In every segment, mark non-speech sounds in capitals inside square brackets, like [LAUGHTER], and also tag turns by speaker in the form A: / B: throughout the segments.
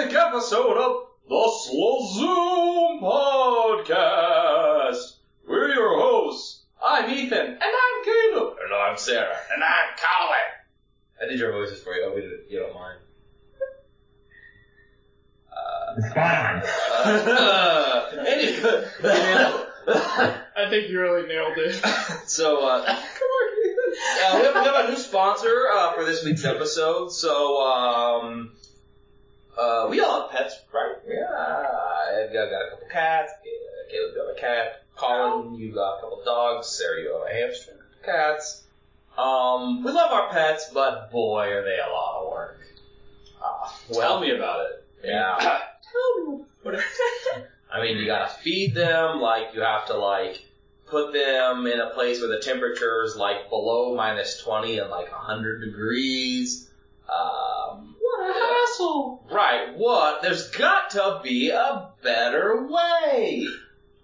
A: episode of the Slow Zoom Podcast. We're your hosts. I'm Ethan. And I'm Caleb.
B: And I'm Sarah.
C: And I'm Colin.
B: I did your voices for you. I hope you don't- you don't mind.
C: Fine.
B: [LAUGHS]
A: Uh,
C: [LAUGHS]
A: anyway.
D: I think you really nailed it. [LAUGHS]
B: [LAUGHS] So,
A: [LAUGHS]
B: uh, uh, we, have, we have a new sponsor uh, for this week's episode. So, um, uh, we all have pets, right? Yeah. I've got, got a couple cats. Uh, Caleb, you have a cat. Colin, you got a couple dogs. Sarah, you have a hamster. Cats. Um, we love our pets, but boy, are they a lot of work. Uh,
A: Tell me about it. [COUGHS]
B: yeah. [LAUGHS] I mean, you gotta feed them, like, you have to, like, put them in a place where the temperature is, like, below minus 20 and, like, 100 degrees. Um,
A: What an asshole.
B: right, what? There's got to be a better way!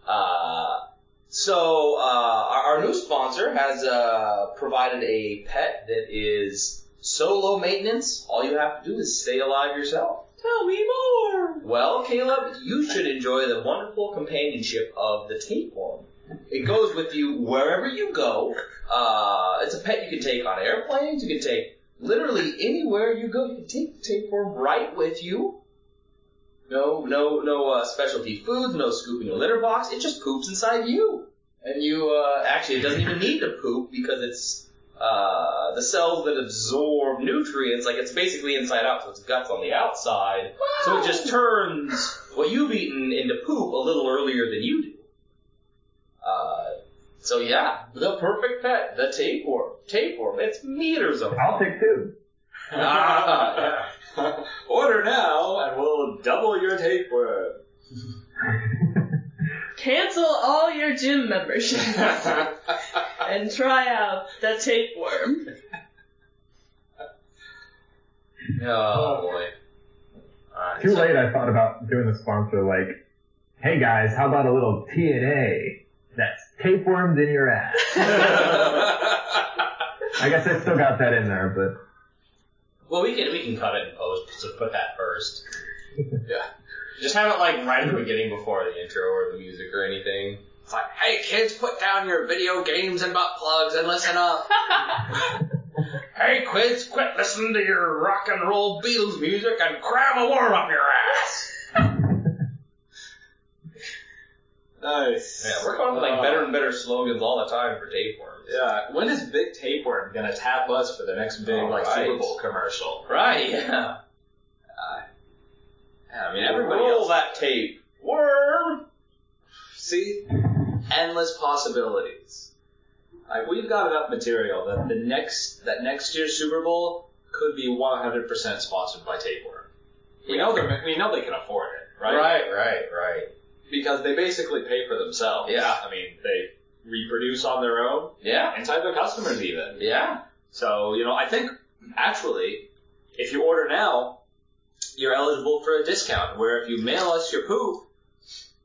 B: Uh, so, uh, our, our new sponsor has, uh, provided a pet that is so low maintenance, all you have to do is stay alive yourself.
A: Tell me more.
B: Well, Caleb, you should enjoy the wonderful companionship of the tapeworm. It goes with you wherever you go. Uh, it's a pet you can take on airplanes. You can take literally anywhere you go. You can take the tapeworm right with you. No, no, no uh, specialty foods. No scooping a litter box. It just poops inside you, and you uh, actually it doesn't even need to poop because it's uh, the cells that absorb nutrients. Like it's basically inside out, so its guts on the outside. So it just turns what you've eaten into poop a little earlier than you do. Uh, so yeah, the perfect pet, the tapeworm. Tapeworm, it's meters of
C: I'll take two.
A: Ah. Order now and we'll double your tapeworm.
D: Cancel all your gym membership
A: That's
D: and try out the tapeworm. [LAUGHS]
B: Oh boy. Alright,
C: Too
B: so-
C: late I thought about doing the sponsor like, hey guys, how about a little TNA? That's tapeworms in your ass. I guess I still got that in there, but
B: Well, we can we can cut it in post. So put that first. [LAUGHS] yeah. Just have it like right at the beginning before the intro or the music or anything. It's like, hey kids, put down your video games and butt plugs and listen up. [LAUGHS] hey kids, quit listening to your rock and roll Beatles music and cram a worm up your ass.
A: nice.
B: Yeah, we're coming up with like
A: Uh,
B: better and better slogans all the time for tapeworms.
A: Yeah. When is Big Tapeworm gonna tap us for the next big
B: All
A: like
B: right.
A: Super Bowl commercial?
B: Right. Yeah. Uh, yeah, I mean, everybody
A: Roll
B: else-
A: that tape. Worm. See, endless possibilities. Like we've got enough material that the next that next year's Super Bowl could be 100% sponsored by Tapeworm. We know they we know they can afford it, right?
B: Right. Right. Right.
A: Because they basically pay for themselves.
B: Yeah.
A: I mean, they reproduce on their own
B: Yeah.
A: inside their customers even.
B: Yeah.
A: So, you know, I think actually, if you order now, you're eligible for a discount where if you mail us your poop,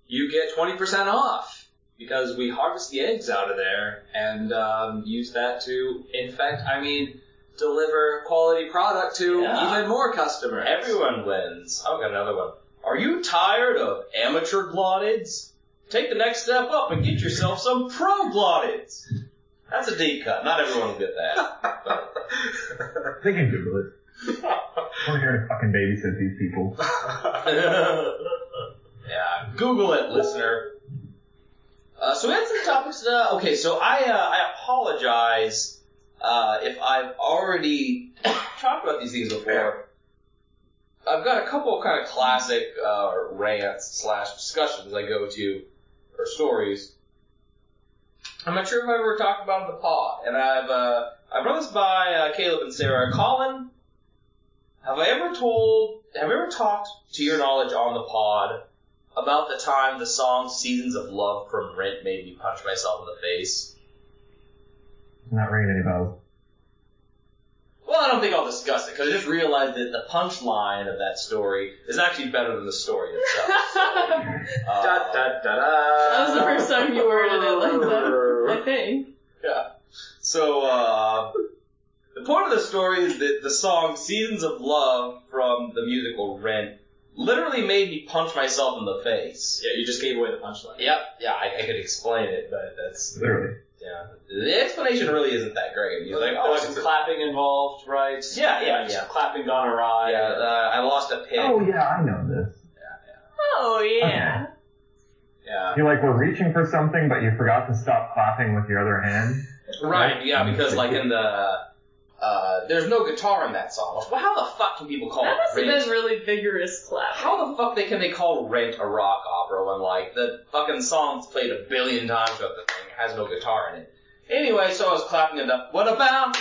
A: you get 20% off because we harvest the eggs out of there and um, use that to infect, I mean, deliver quality product to
B: Yeah.
A: even more customers.
B: Everyone wins. I've got another one. Are you tired of amateur glottids? Take the next step up and get yourself some pro glottids. That's a deep cut. Not everyone will get that.
C: they can Google it. I'm here to fucking babysit these people.
B: [LAUGHS] yeah, Google it, listener. Uh, so we had some topics. Uh, okay, so I uh, I apologize uh, if I've already [COUGHS] talked about these things before. I've got a couple of kind of classic uh, rants slash discussions I go to or stories. I'm not sure if I've ever talked about them in the pod, and I've uh, I brought this by uh, Caleb and Sarah. Colin, have I ever told, have I ever talked to your knowledge on the pod about the time the song Seasons of Love from Rent made me punch myself in the face?
C: Not ringing any bells.
B: Well, I don't think I'll discuss it because I just realized that the punchline of that story is actually better than the story itself. [LAUGHS]
D: that
B: Uh,
A: [LAUGHS] Da, da, da, da.
D: was the first time you worded it like that. I think.
B: So, uh, the point of the story is that the song Seasons of Love from the musical Rent literally made me punch myself in the face.
A: Yeah, you just gave away the punchline.
B: Yep, yeah, I, I could explain it, but that's
C: Literally.
B: yeah. The explanation really isn't that great. He's like,
A: there
B: oh,
A: was
B: it's
A: some
B: a-
A: clapping involved, right?
B: Yeah, yeah,
A: Some
B: yeah.
A: Clapping gone awry.
B: yeah, uh, I lost a pig.
C: Oh yeah, I know this.
D: Oh yeah.
A: yeah.
C: You're like, we're reaching for something, but you forgot to stop clapping with your other hand.
B: Right, yeah, because like in the uh, there's no guitar in that song. Well, how the fuck can people call
D: That must
B: it
D: have
B: rent?
D: been really vigorous clap.
B: How the fuck they can they call Rent a rock opera when like the fucking song's played a billion times about the thing it has no guitar in it? Anyway, so I was clapping it up. What about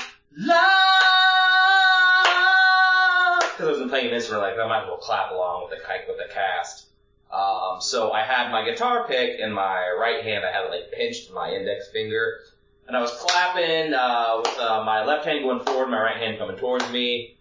B: love? Because I wasn't playing an instrument, like I might as well clap along with the kite with the cast. Um, so I had my guitar pick in my right hand. I had it like pinched in my index finger, and I was clapping uh, with uh, my left hand going forward, my right hand coming towards me.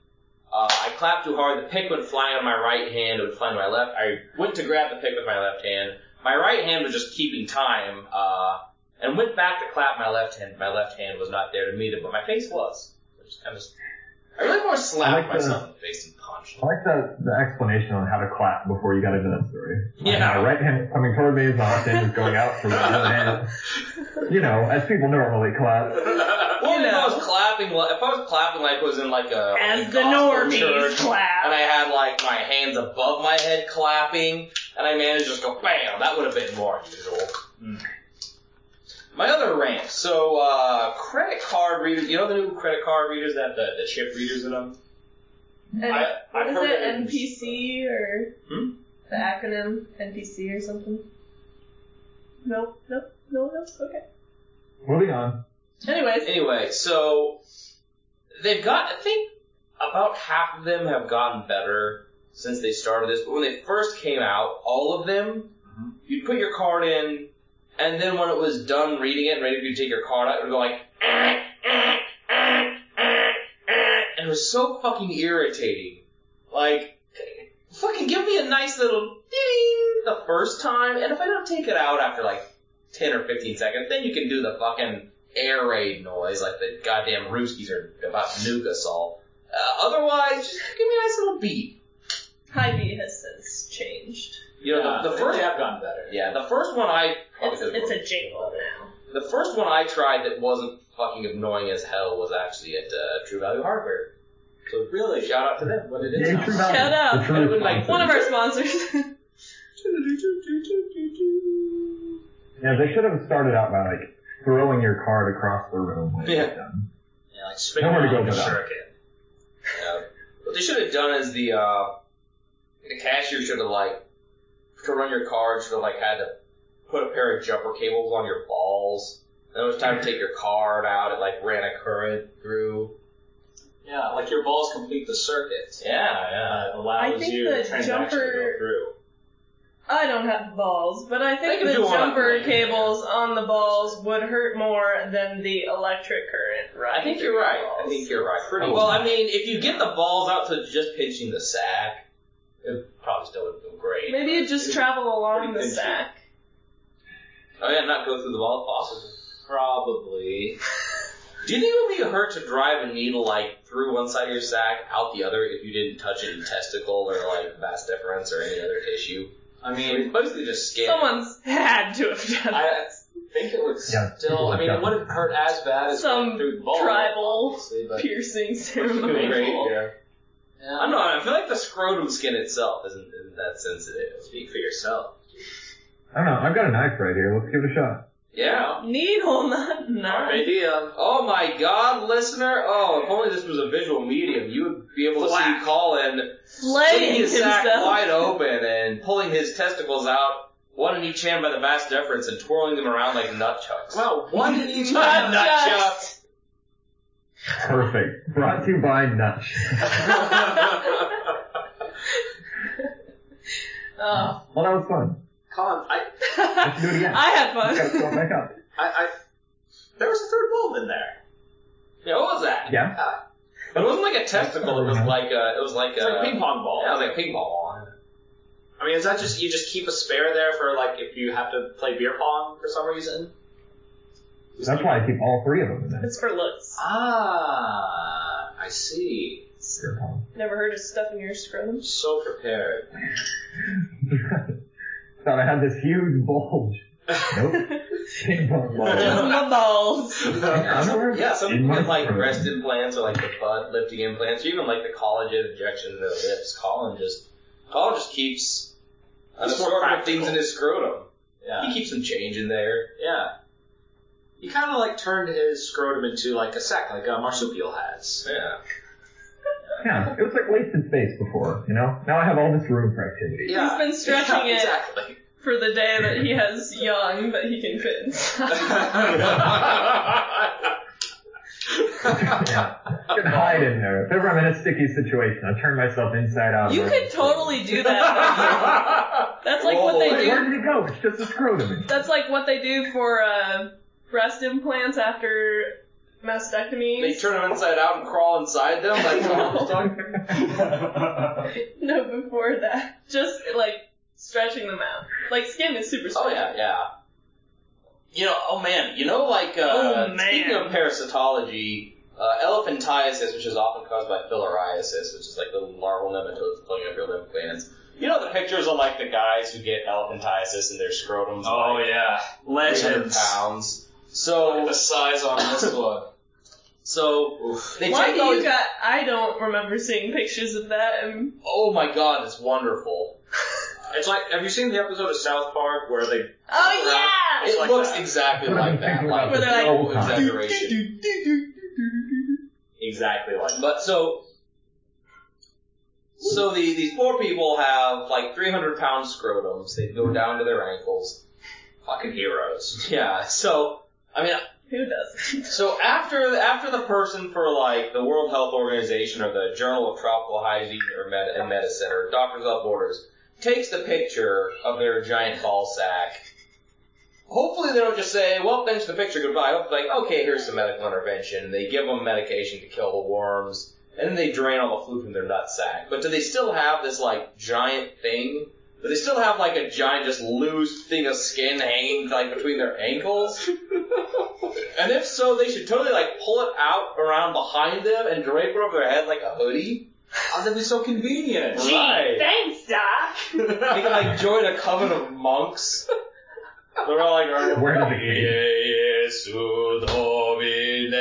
B: Uh, I clapped too hard. The pick went flying on my right hand. It would fly to my left. I went to grab the pick with my left hand. My right hand was just keeping time, uh, and went back to clap my left hand. My left hand was not there to meet it, but my face was. I just kind of, I really more
C: I
B: slapped
C: like the-
B: myself in the face and punched.
C: I like the, the explanation on how to clap before you got into that story. Like,
B: Yeah.
C: My right hand is coming toward me, my left hand is going out for the other hand.
B: [LAUGHS]
C: You know, as people normally clap.
B: Well, if I
D: know.
B: was clapping, li- if I was clapping like it was in like a like
D: As
B: a
D: the
B: gospel
D: normies
B: church, and I
D: clap.
B: had like my hands above my head clapping, and I managed to just go bam. That would have been more unusual.
A: Hmm.
B: My other rant. So uh, credit card readers, you know the new credit card readers that have the, the chip readers in them.
D: And
A: I-
D: what
A: I've
D: is
A: heard
D: it?
A: it is-
D: NPC or
B: Hmm?
D: the acronym NPC or something? No, no, no, no. Okay.
C: Moving on.
D: Anyways,
B: Anyway, so they've got. I think about half of them have gotten better since they started this. But when they first came out, all of them,
A: Mhm.
B: you'd put your card in, and then when it was done reading it and ready for you to take your card out, it would go like. "Eh, eh, eh, eh, eh," And it was so fucking irritating. Like, fucking give me a nice little ding the first time, and if I don't take it out after like 10 or 15 seconds, then you can do the fucking air raid noise like the goddamn Ruskies are about to nuke us all. Uh, otherwise, just give me a nice little beat.
D: Hy-Vee has since changed.
B: You know, the, the first,
A: they have gotten better.
B: yeah, the first one I,
D: It's, it's a jingle now.
B: the first one I tried that wasn't fucking annoying as hell was actually at uh, True Value Hardware. So really, shout out to [LAUGHS] them. What it is.
C: Yay,
B: now.
C: True Value.
D: Shut up.
C: The true
B: It would, like,
C: response
D: One of
C: is-
D: our sponsors.
C: Yeah, they should have started out by like throwing your card across the room. when it was
B: Yeah.
C: done.
A: Yeah, like spin
C: Nowhere to
A: around
C: go
A: like a
C: but
A: shuriken.
B: Yeah. Uh, What they should have done is the uh, the cashier should have like to run your card should have like had to put a pair of jumper cables on your balls. Then it was time to take your card out. It like ran a current through.
A: Yeah, like your balls complete the circuit.
B: Yeah, yeah.
A: Uh, allows
D: I think
A: you
D: the
A: transaction to
D: jumper-
A: go through.
D: [LAUGHS] I don't have balls, but I
B: They
D: think
B: can
D: the
B: do one on
D: jumper
B: the-
D: cables on the balls would hurt more than the electric current running.
B: I think
D: through
B: you're right.
D: the
B: I
D: balls.
B: think you're right.
A: Pretty
B: well,
A: much.
B: I mean, if you get the balls out to just pinching the sack, it probably still would feel great.
D: Maybe it just travel along the
A: Pretty pinchy.
D: sack.
B: Oh yeah, not go through the ball possibly.
A: Probably.
B: Do you think it would be hurt to drive a needle like through one side of your sack, out the other, if you didn't touch any testicle or like vas deferens or any other tissue?
A: I
B: I mean, it's
A: mean,
B: basically just skin.
D: [LAUGHS] Someone's had to have done
A: I
D: that.
A: think it would
C: Yeah,
A: still. I mean, it
C: definitely.
A: wouldn't hurt as bad as
D: Some
A: going through the ball,
D: tribal
A: obviously, but
D: Piercing ceremony.
A: Great,
B: yeah.
A: yeah.
B: I don't know. I feel like the scrotum skin itself isn't, isn't that sensitive.
A: Speak for yourself.
C: I don't know. I've got a knife right here. Let's give it a shot.
B: Yeah.
D: Needle, not
A: Our
D: knife.
A: idea.
B: Oh my God, listener! Oh, if only this was a visual medium, you would be able to
A: Whack.
B: see Colin
D: Slaying
B: his
D: himself.
B: sack wide open and pulling his testicles out, one in each hand by the vas deferens, and twirling them around like nut chucks.
A: Well,
D: [LAUGHS]
A: one in each
D: Not
A: hand.
B: nut
D: just-
B: chucks.
C: Perfect. Brought to you by Nutch.
D: [LAUGHS]
B: Uh-huh.
D: Oh. [LAUGHS]
C: Well, that was
B: [LAUGHS]
C: fun.
A: Colin, I,
C: Let's do it again.
D: I had
C: Gotta throw it [LAUGHS]
D: fun.
C: back up.
A: I, I, there was a third bulb in there.
B: Yeah, what was that?
C: Yeah.
B: It wasn't like a testicle. It was like a. It was like
A: It's
B: a
A: like a ping pong ball.
B: Yeah, it was like a ping pong ball.
A: I mean, is that just you just keep a spare there for like if you have to play beer pong for some reason?
C: That's why I keep all three of them in there.
D: It's for looks.
A: Ah, I see.
C: Scrotum.
D: Never heard of stuffing your scrotum.
A: So [LAUGHS] prepared.
C: [LAUGHS] Thought I had this huge bulge. [LAUGHS] Nope. Big bone bulge.
D: [LAUGHS] My balls.
B: Yeah, some, yeah, some
C: In
B: people
C: my
B: get like
C: throat.
B: breast implants or like the butt lifting implants, or even like the collagen injection in their lips. Colin just Colin just keeps an
A: It's more
B: assortment of
A: practical.
B: things in his scrotum.
A: Yeah.
B: He keeps some change in there.
A: Yeah. He kind of like turned his scrotum into like a sack, like a marsupial has.
B: [LAUGHS] Yeah.
C: Yeah, it was like wasted space before, you know? Now I have all this room for activity.
A: [LAUGHS] Yeah.
D: He's been stretching
A: Yeah,
D: it. [LAUGHS]
A: Exactly. [LAUGHS]
D: For the day that he has young that he can fit [LAUGHS] inside.
C: [LAUGHS] Yeah. I can hide in there. If ever I'm in a sticky situation, I turn myself inside out.
D: you
C: Like,
D: could totally do that. [LAUGHS] That's like what
B: Roll
D: they
B: away.
C: Wait, where
D: do.
C: did it go? It's just a
D: [LAUGHS]
C: scrotum.
D: That's like what they do for uh, breast implants after
B: They
D: mastectomies.
B: turn them inside out and crawl inside them. Like, [LAUGHS]
D: No, before that, just like stretching them out. Like skin is super
B: oh
D: soft.
B: yeah, yeah. You know, oh man, you know, like uh,
D: Oh, man.
B: speaking of parasitology, uh, elephantiasis, which is often caused by filariasis, which is like little larval nematodes floating up your lymph glands. You know the pictures of like the guys who get elephantiasis in their scrotums.
A: Oh
B: like,
A: yeah.
B: 300
A: Legends.
B: pounds. So,
A: size on this one.
B: so they
D: Why
B: take
D: do
B: all
D: you
B: these-
D: got? I don't remember seeing pictures of that. And
B: Oh my god, it's wonderful.
A: It's like, have you seen the episode of South Park where they?
D: oh yeah.
A: It's
B: it
A: like
B: looks
A: that.
B: exactly
C: What I've
B: like
C: been
B: that.
C: thinking
B: Like,
C: about
D: Where they're
B: no
C: like-
B: exaggeration.
A: Exactly like. that.
B: But so, so the, these poor people have like 300 pound scrotums. They go down to their ankles.
A: Fucking heroes.
B: Yeah. So, I mean,
D: Who does?
B: so after after the person for like the World Health Organization or the Journal of Tropical Hygiene or Med- and Medicine or Doctors Without Borders takes the picture of their giant ball sack. Hopefully they don't just say, "Well, thanks for the picture, goodbye." Hope like, okay, here's some medical intervention. They give them medication to kill the worms, and then they drain all the fluid from their nut sack. But do they still have this like giant thing? Do they still have like a giant, just loose thing of skin hanging like between their
A: [LAUGHS]
B: ankles? And if so, they should totally like pull it out around behind them and drape it over their head like a hoodie.
A: Oh, that'd be so [LAUGHS]
B: [LAUGHS]
A: convenient.
B: Right.
D: Thanks, Doc.
B: [LAUGHS] They can like join a coven of
A: [LAUGHS]
B: monks. They're all like, all right,
C: Where did
B: Jesu Domine.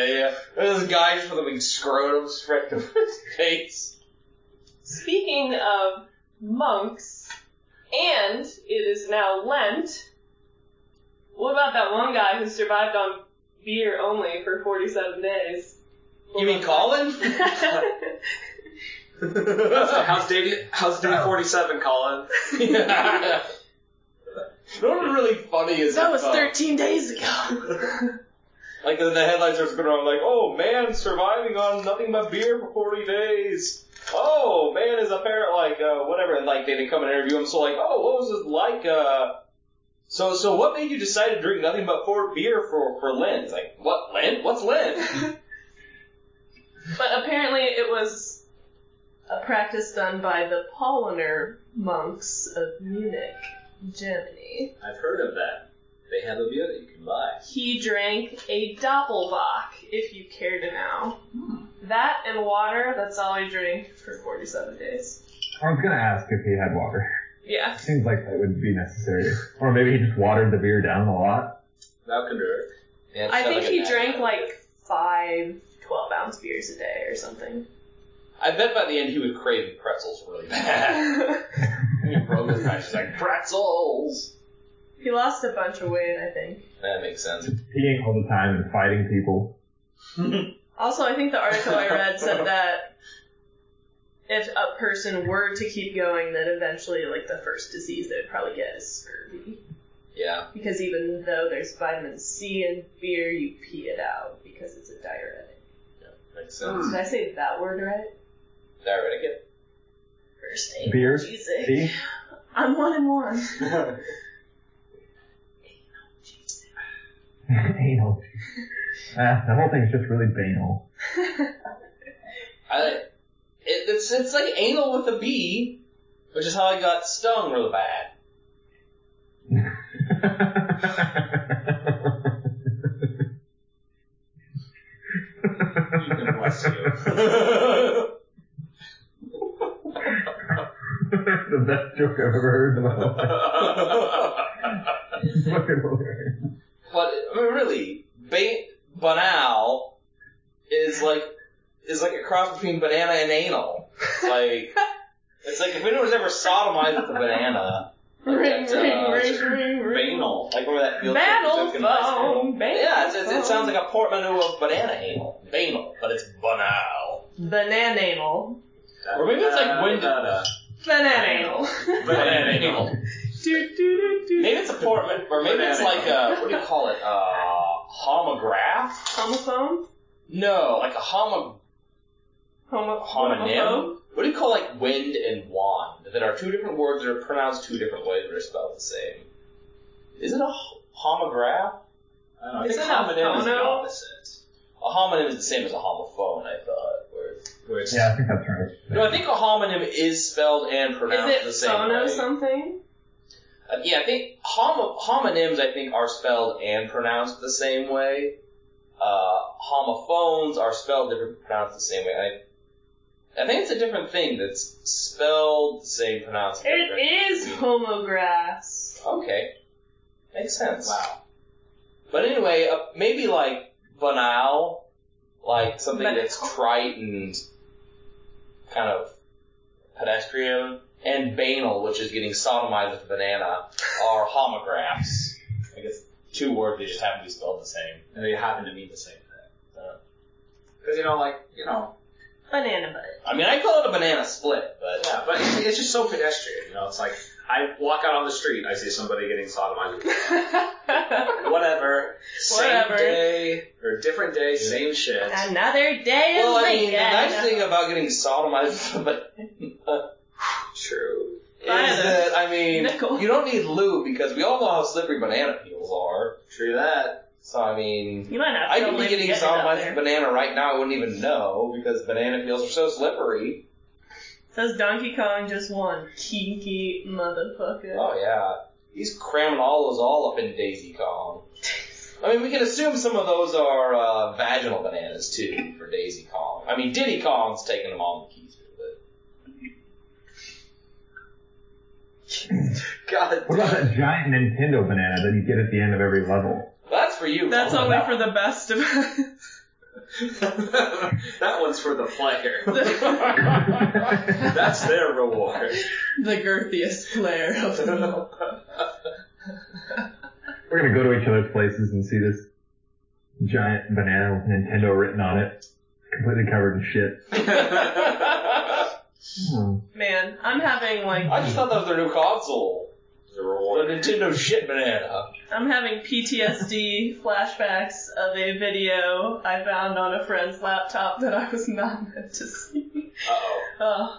B: There's this guy just with a big scrotum spread over his face.
D: Speaking of monks, and it is now Lent. What about that one guy who survived on beer only for 47 days?
B: You mean
D: [LAUGHS]
B: Colin?
A: How's day? How's day
B: Oh. [LAUGHS]
A: forty-seven, Colin?
B: yeah. You know what's really funny is
D: That was
B: if, uh,
D: 13 days ago.
B: Like then the headlines are going around like, oh man, surviving on nothing but beer for 40 days. Oh man, is a parent like uh, whatever. And like they didn't come and interview him, so like, oh, what was it like? Uh, so so what made you decide to drink nothing but four beer for for Lent? It's like what Lent? What's
D: [LAUGHS]
B: Lent?
D: but apparently it was a practice done by the Pauliner monks of Munich, Germany.
A: I've heard of that. They have a beer that you can buy.
D: He drank a Doppelbock, if you care to know. That and water, that's all he drank for 47 days.
C: I was gonna ask if he had water.
D: Yeah.
C: Seems like that would be necessary. Or maybe he just watered the beer down a lot.
A: That can do it.
B: Yeah, it's
D: I
B: not
D: think
B: like
D: he
B: an
D: drank
B: ad.
D: like five 12 ounce beers a day or something. [LAUGHS]
B: I bet by the end he would crave pretzels really bad. he broke his back. He's like pretzels.
D: he lost a bunch of weight, I think.
B: That makes sense.
C: [LAUGHS] Peeing all the time and fighting people.
D: Also, I think the article I read said that if a person were to keep going, that eventually, like, the first disease they'd probably get is scurvy.
B: Yeah.
D: Because even though there's vitamin C in beer, you pee it out because it's a diuretic.
B: Makes sense.
C: Hmm.
D: Did I say that word right?
B: Diuretic. yeah.
D: First aid.
C: Beer?
D: Jesus.
C: See?
D: I'm one and one.
C: [LAUGHS] anal. Ah, the whole thing's just really banal.
B: I, it, it's it's like anal with a B, which is how I got stung real bad. [LAUGHS]
C: [LAUGHS]
A: You can bless you.
C: joke I've ever heard in my whole life.
A: That's
C: It's fucking hilarious.
B: But I mean, really, ba- banal is like is like a cross between banana and anal. [LAUGHS] Like it's like if anyone's ever sodomized with a banana, like
D: Ring,
B: that,
D: ring,
B: uh,
D: ring, ring, ring.
B: banal. Like remember that field trip we
D: Battle
B: took in high school?
D: phone. Banal
B: Yeah, it's, it's,
D: phone.
B: it sounds like a portmanteau of banana anal, banal, but it's banal.
D: Bananal.
B: Or maybe it's like when-
D: Bananal. [LAUGHS]
A: Banana.
D: do, do, do, do.
B: Maybe it's a portman, or maybe it's
A: Banana.
B: like a what do you call it? Uh, homograph?
D: homophone?
B: No, like a homo.
D: Homo-
B: homonym? What do you call like wind and wand that are two different words that are pronounced two different ways but are spelled the same? Is it a h- homograph?
A: I
D: Is
A: think
D: it a
A: homonym is the
D: phono?
A: opposite.
B: A homonym is the same as a homophone, I thought. Where it's-
A: Where it's
C: Yeah, I think that's right.
B: no, I think a homonym is spelled and pronounced the
D: Is it
B: same
D: phono
B: way.
D: something?
B: Uh, yeah, I think homo- homonyms I think are spelled and pronounced the same way. Uh, homophones are spelled different, pronounced the same way. I, I think it's a different thing that's spelled the same, pronounced different.
D: It is homographs.
B: Okay. Makes sense.
A: Wow.
B: But anyway, uh, maybe like banal, like something
D: Banal.
B: that's trite and kind of pedestrian, and banal, which is getting sodomized with a banana, are homographs. I guess two words, they just happen to be spelled the same.
A: And they happen to mean the same thing.
B: Yeah.
A: Because, you know, like, you know,
D: Banana butt.
B: I mean, I call it a banana split, but
A: yeah, but it's, it's just so pedestrian, you know, it's like, I walk out on the street, I see somebody getting sodomized.
D: [LAUGHS]
A: Whatever.
D: Whatever.
A: Same day, or different day, same shit.
D: Another day
B: well,
D: of
B: I mean, the
D: Lincoln.
B: nice thing about getting sodomized with a banana
A: True.
B: is
D: Banana.
B: that I mean,
D: Nickel.
B: you don't need lube because we all know how slippery banana peels are.
A: True that.
B: So I mean,
D: You might not.
B: I
D: feel
B: could be
D: like
B: getting
D: it out
B: sodomized
D: there.
B: with banana right now. I wouldn't even know because banana peels are so slippery.
D: Says Donkey Kong just one kinky motherfucker.
B: Oh yeah, he's cramming all those all up in Daisy Kong. I mean, we can assume some of those are uh, vaginal bananas too for Daisy Kong. I mean, Diddy Kong's taking them on the keys. but-
D: [LAUGHS]
B: God,
C: What about that giant Nintendo banana that you get at the end of every level?
B: that's for you.
D: [LAUGHS] That's
B: Ron. [LAUGHS]
D: only for the best of [LAUGHS] us.
A: that one's for the player.
D: the,
A: That's
D: [LAUGHS]
A: their
B: [LAUGHS]
A: reward.
D: the girthiest player of them all.
C: We're gonna go to each other's places and see this giant banana with Nintendo written on it, completely covered in shit.
A: the
C: Hmm.
D: Man, I'm having like
B: I just thought that was their new console. The
A: reward.
B: Nintendo shit banana.
D: I'm having PTSD flashbacks of a video I found on a friend's laptop that I was not meant to see.
A: Uh-oh.
D: Oh,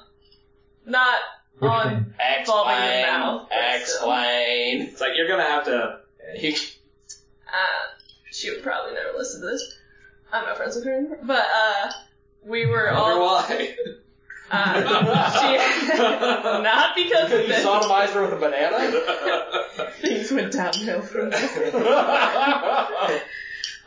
D: not
C: Which
D: on
C: thing?
D: Involving your mouth,
B: Explain.
D: but still.
B: Explain.
A: It's like
B: [LAUGHS]
A: you're gonna have to.
D: uh, she would probably never listen to this. I'm not friends with her anymore. But uh, we were
A: Wonder
D: all
B: [LAUGHS]
A: why?
D: uh, she, [LAUGHS] not because
B: Because
D: of
B: you
D: this. [LAUGHS]
B: sodomized her with a banana?
D: Things went downhill from there.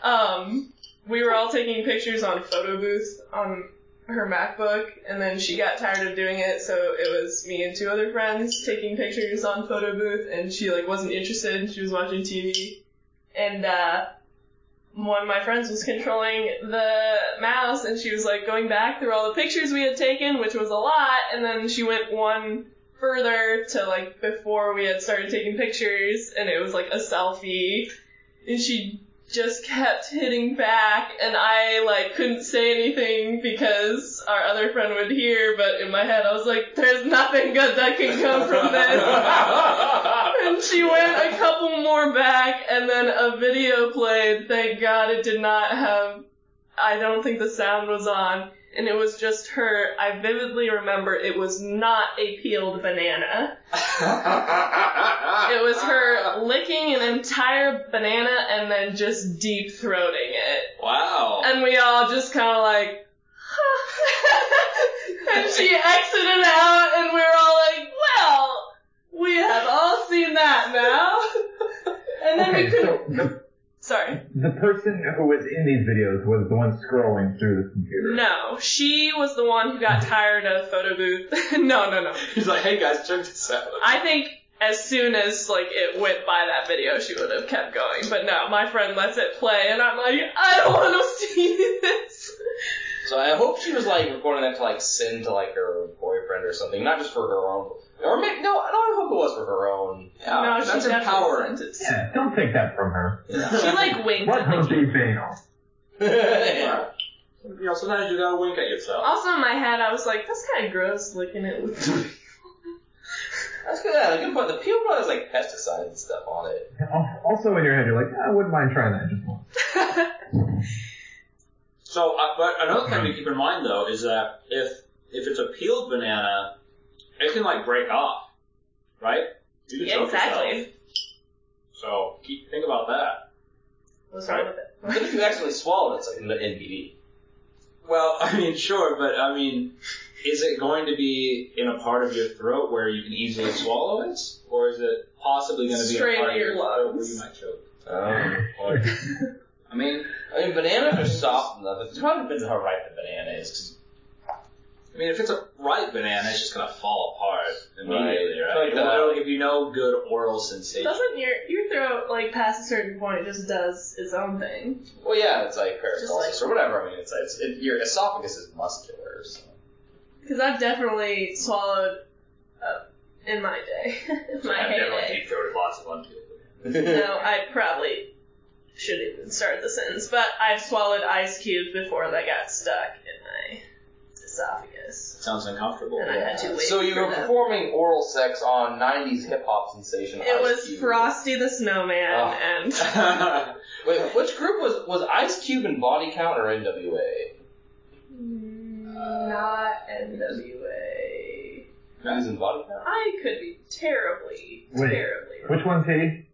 D: Um, we were all taking pictures on photo booth on her MacBook, and then she got tired of doing it, so it was me and two other friends taking pictures on photo booth, and she like wasn't interested. and She was watching TV, and uh, one of my friends was controlling the mouse, and she was like going back through all the pictures we had taken, which was a lot, and then she went one further to like before we had started taking pictures, and it was like a selfie, and she just kept hitting back and I like couldn't say anything because our other friend would hear, but in my head I was like, There's nothing good that can come from
A: [LAUGHS]
D: this And she went a couple more back and then a video played. Thank God it did not have I don't think the sound was on and it was just her. I vividly remember it was not a peeled banana. It was her licking an entire banana and then just deep throating it.
A: [LAUGHS] Wow.
D: And we all just kind of like, [LAUGHS] and she exited out and we were all like, well, we have all seen that now. [LAUGHS] And then we
C: Okay,
D: couldn't,
C: so the,
D: Sorry.
C: The person who was in these videos was the one scrolling through the computer.
D: No, she was the one who got tired of photo booth. [LAUGHS] no, no, no.
A: He's like, hey guys, check this out.
D: I think as soon as like it went by that video, she would have kept going. But no, my friend lets it play, and I'm like, I don't want to [LAUGHS] see this.
B: So I hope she was like recording that to like send to like her boyfriend or something, not just for her own. Or maybe no, I don't hope it was for her own.
A: Yeah,
D: no, she
A: that's
D: definitely
A: empowering.
D: sent it.
C: Yeah, don't take that from her.
A: [LAUGHS]
D: She like winked
C: What
D: at the
C: Jose Bale?
B: [LAUGHS] Yeah.
A: Yeah. You know, sometimes you gotta wink at yourself.
D: Also in my head, I was like, that's kind of gross looking at it.
B: That's good. Yeah, good point. The peel probably has like pesticides and stuff on it.
C: Al- Also in your head, you're like, "Yeah, I wouldn't mind trying that just once.
A: So, uh, but another thing to keep in mind though is that if if it's a peeled banana, it can like break off, right? You can choke yourself.
D: exactly.
A: So keep, think about that.
D: What's wrong with it?
B: But if you actually swallow it, it's like in the NBD.
A: Well, [LAUGHS] I mean, sure, but I mean, is it going to be in a part of your throat where you can easily swallow it, or is it possibly going to be
D: Straight
A: in a part
D: in your
A: of your throat where
D: lungs.
A: you might choke?
B: Oh, boy.
A: I mean,
B: I mean, bananas are soft enough. It probably depends on how ripe the banana is.
A: I mean, if it's a ripe banana, it's just going to fall apart immediately,
B: Right.
A: right?
B: Like
A: If
B: that.
A: you know- if you know good oral
D: [LAUGHS]
A: sensation.
D: Doesn't your your throat like past a certain point it just does its own thing?
B: Well, yeah, it's like
D: Just like-
B: peristalsis or whatever. I mean, it's, it's it, your esophagus is muscular. So.
D: Because I've definitely swallowed up in my day, [LAUGHS] in my
A: I've definitely
D: heyday.
A: deep throated lots of unpeeled bananas.
D: No, I probably shouldn't even start the sentence, but I've swallowed ice cubes before they got stuck in my esophagus.
A: Sounds uncomfortable.
D: And I had to wait.
B: so you
D: for
B: were
D: them.
B: performing oral sex on '90s hip hop sensation.
D: It
B: Ice
D: was
B: Cube.
D: Frosty the Snowman
B: Oh.
D: and
B: Wait, which group was was Ice Cube and Body Count or NWA?
D: Not NWA.
B: He was in Body Count.
D: I could be terribly,
C: Wait.
D: terribly wrong.
C: Which one's he?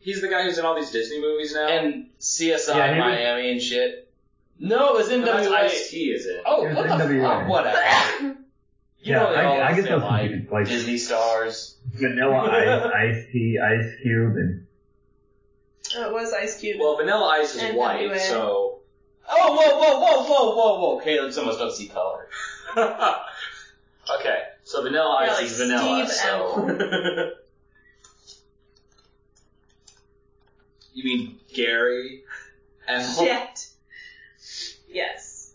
A: [LAUGHS] He's the guy who's in all these Disney movies now.
B: And CSI
C: Yeah, he was-
B: Miami and shit. No, it was
A: No, that's
B: NWA.
A: Ice T is in.
B: Oh,
C: It was
B: what the
C: NWA.
B: fuck? Whatever. You
C: yeah,
B: know they all
C: I, I
B: look
C: get
B: the
C: those
B: same, like,
C: confused. Like
B: Disney stars.
C: Vanilla Ice, Ice Tea, Ice Cube, and
D: [COUGHS] Oh, it was Ice Cube. [LAUGHS]
A: Well, Vanilla Ice is
D: NWA.
A: white, so. [LAUGHS]
B: Oh, whoa, whoa, whoa, whoa, whoa, whoa. Caleb, someone must see color.
A: okay, so Vanilla
D: Yeah,
A: Ice
D: like
A: is vanilla.
D: Steve
A: so. [LAUGHS] you mean Gary Emil?
D: Jet. Yes.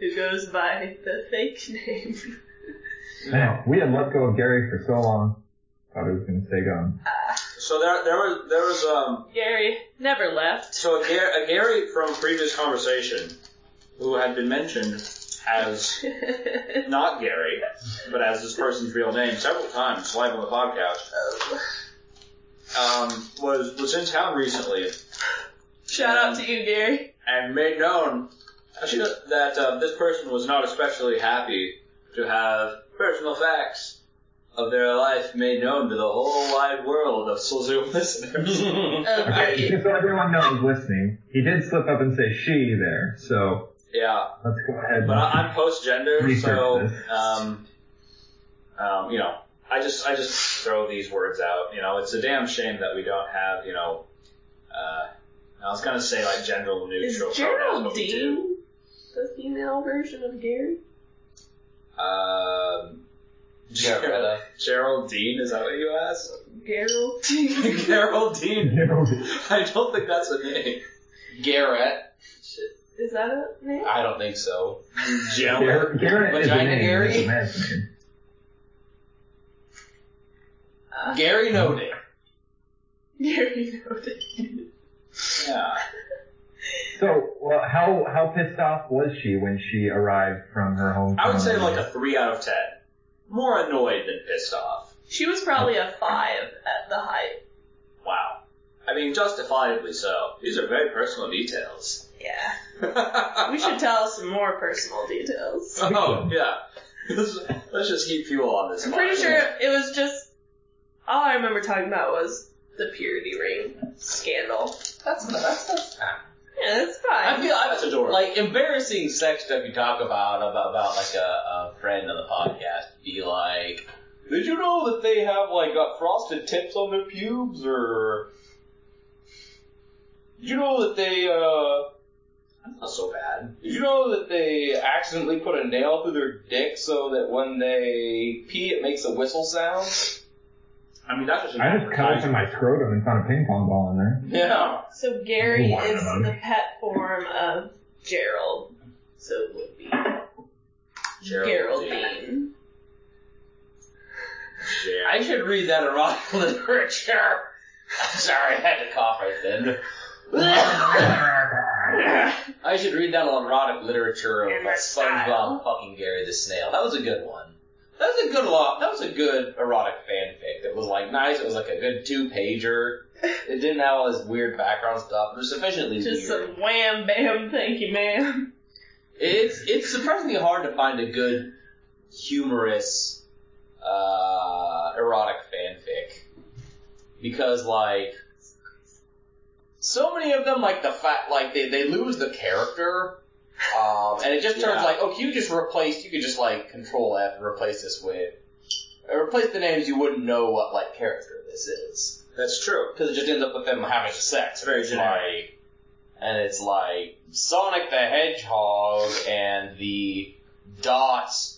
D: Who goes by the fake name? [LAUGHS]
C: man, we had let go of Gary for so long. Thought it was gonna stay gone.
A: So there, there was, there was um,
D: Gary never left. [LAUGHS]
A: so a Gary, a Gary from previous conversation, who had been mentioned as
D: oh.
A: not Gary, but as this person's real name several times live on the podcast, um, was was in town recently
D: Shout out to you, Gary.
A: and made known actually, that uh, this person was not especially happy to have personal facts of their life made known to the whole wide world of Soul [LAUGHS] listeners.
D: Oh,
C: Okay,
D: great.
C: just so everyone knows listening, he did slip up and say she there, so
A: yeah,
C: let's go ahead.
A: but I,
C: and
A: I'm post-gender, so um, um, you know, I just I just throw these words out. You know, it's a damn shame that we don't have you know. Uh, I was gonna say like gender
D: Is
A: neutral pronouns, but we do.
D: Geraldine the female version of Gary?
A: Um,
B: [LAUGHS] Geralda.
A: [LAUGHS] Geraldine, is that what you asked?
D: Geraldine.
A: [LAUGHS]
C: [LAUGHS]
A: Geraldine.
C: Geraldine.
A: I don't think that's a name.
B: Garrett.
D: Is that a name?
B: I don't think so.
A: Gerald.
C: Gar- Garrett is a
B: Vagina
C: name.
B: Gary?
C: it's a man's name.
D: Uh,
B: Gary Noted.
D: [LAUGHS] Gary noted.
A: Yeah.
C: So, well, how how pissed off was she when she arrived from her home?
A: I would say like a three out of ten. More annoyed than pissed off.
D: She was probably a five at the height.
A: Wow. I mean, justifiably so. These are very personal details. [LAUGHS] Oh,
D: Yeah. We
A: we
D: should tell some more personal details.
A: Oh yeah. Let's, let's just heat fuel on this.
D: I'm
A: fire.
D: pretty sure it was just all I remember talking about was the purity ring scandal.
B: That's not, that's not.
D: Yeah, that's
B: I
D: fine.
B: feel I
A: That's adorable.
B: like embarrassing sex stuff you talk about about, about like a, a friend on the podcast be like, did you know uh, that they have like got frosted tips on their pubes or Did you know that they, uh,
A: That's not so bad.
B: did you know that they accidentally put a nail through their dick so that when they pee it makes a whistle sound?
A: I mean, that's just.
C: I just cut open my scrotum and found a ping pong ball in there.
B: Yeah.
D: So Gary
C: Why
D: is
C: not?
D: the pet form of Gerald. So it would be
A: Geraldine.
D: Geraldine.
A: Yeah.
B: I should read that erotic [LAUGHS] literature. Sorry, I had to cough right then.
D: [LAUGHS]
B: [LAUGHS] I should read that erotic literature of
D: In the
B: uh,
D: style.
B: SpongeBob fucking Gary the Snail. That was a good one. That was a good lot. That was a good erotic fanfic. That was like nice. It was like a good two pager. It didn't have all this weird background stuff. It was sufficiently
D: Just
B: weird.
D: some wham bam, thank you, ma'am.
B: It's it's surprisingly hard to find a good humorous uh, erotic fanfic because like so many of them like the fact like they, they lose the character um, and it just turns
A: Yeah.
B: like oh you just replaced you could just like control F and replace this with uh, replace the names you wouldn't know what like character this is
A: That's true.
B: because it just ends up with them having sex.
A: Very
B: it's
A: generic.
B: like, and it's like Sonic the Hedgehog and the Dots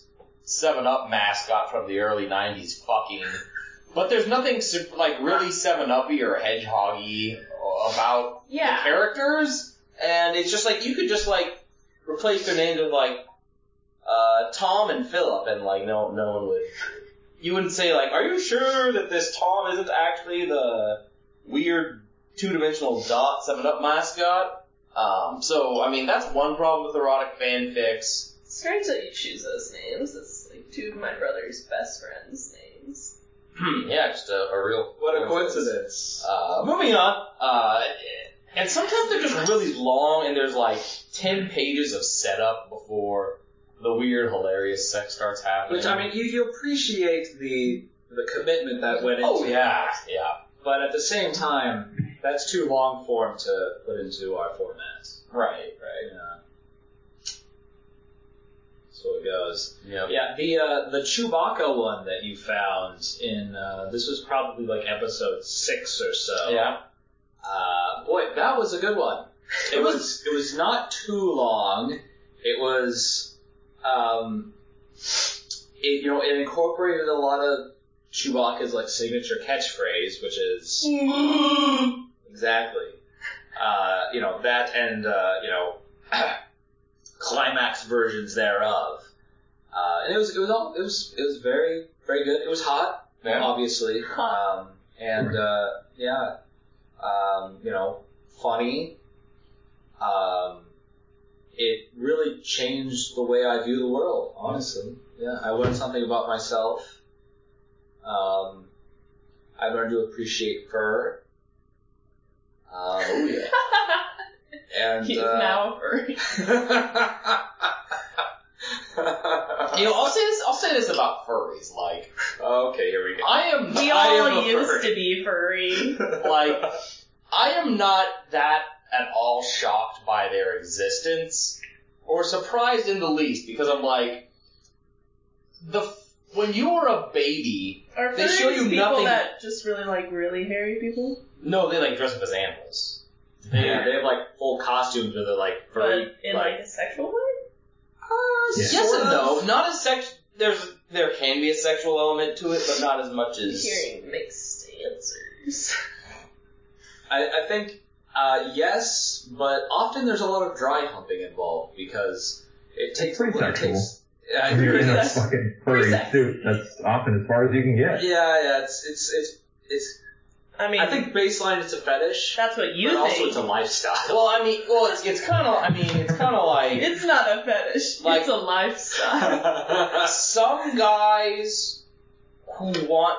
B: Seven Up mascot from the early '90s, fucking. But there's nothing super, like really Seven Uppy or Hedgehoggy about the
D: Yeah.
B: characters, and it's just like you could just like replace their names with like uh, Tom and Philip, and like no no one would. You wouldn't say like, are you sure that this Tom isn't actually the weird two dimensional dot seven up mascot? Um, so I mean that's one problem with erotic fanfics. [CLEARS THROAT]
D: Strange that you choose those names. It's like two of my brother's best friends' names.
B: Hmm, yeah, just a, a real
A: What a coincidence.
B: Uh, moving on. Uh, and sometimes they're just really long, and there's like ten pages of setup before the weird, hilarious sex starts happening.
A: Which I mean, you, you appreciate the the commitment that went into.
B: oh yeah, yeah.
A: But at the same time, that's too long form to put into our format.
B: Right,
A: Right. Yeah. So it goes.
B: Yeah.
A: Yeah, the uh, the Chewbacca one that you found in uh, this was probably like episode six or so.
B: Yeah.
A: Uh, boy, that was a good one. It was it was not too long. It was, um, it you know it incorporated a lot of Chewbacca's like signature catchphrase, which is exactly, uh, you know that and uh, you know [CLEARS THROAT] climax versions thereof. Uh, and it was it was all it was it was very very good. It was hot
B: Yeah.
A: obviously. Um, and uh, yeah, um, you know, funny. Um, it really changed the way I view the world. Honestly, yeah, I learned something about myself. Um, I learned to appreciate fur. Um, and
D: Oh, He's
A: uh,
D: now a furry.
B: You know, I'll say this. I'll say this about furries. Like,
A: [LAUGHS] okay,
D: [LAUGHS]
A: here we go.
B: I am.
D: We
B: I am
D: all
B: a
D: used
B: furry.
D: to be furry.
B: Like, I am not that at all shocked by their existence or surprised in the least because I'm like the f- when you are a baby,
D: Are
B: They show
D: furries
B: you
D: people
B: nothing-
D: that just really like really hairy people?
B: no, they like dress up as animals.
A: Yeah, they have like full costumes where they're like furry,
D: But in like a sexual way?
C: Yeah.
B: Yes
A: Sort
B: and
A: of.
B: no. Not as sex. There's there can be a sexual element to it, but not as much
D: I'm
B: as
D: hearing mixed answers. [LAUGHS]
A: I, I think uh, yes, but often there's a lot of dry humping involved because it takes.
C: pretty
A: well, it
C: sexual.
A: takes- yeah,
C: If you're in a
A: it's-
C: fucking furry
D: Pretty
C: suit, that's often as far as you can
A: yeah,
C: get.
A: yeah, it's it's it's it's.
D: I mean,
A: I think baseline it's a fetish,
D: that's what you
A: but also
D: think.
A: it's a [LAUGHS] lifestyle.
B: Well, I mean, well, it's it's kind of. I mean, it's kind of like
D: [LAUGHS] It's not a
B: [LAUGHS]
D: fetish.
B: Like-
D: it's a lifestyle.
B: [LAUGHS] uh, some guys who want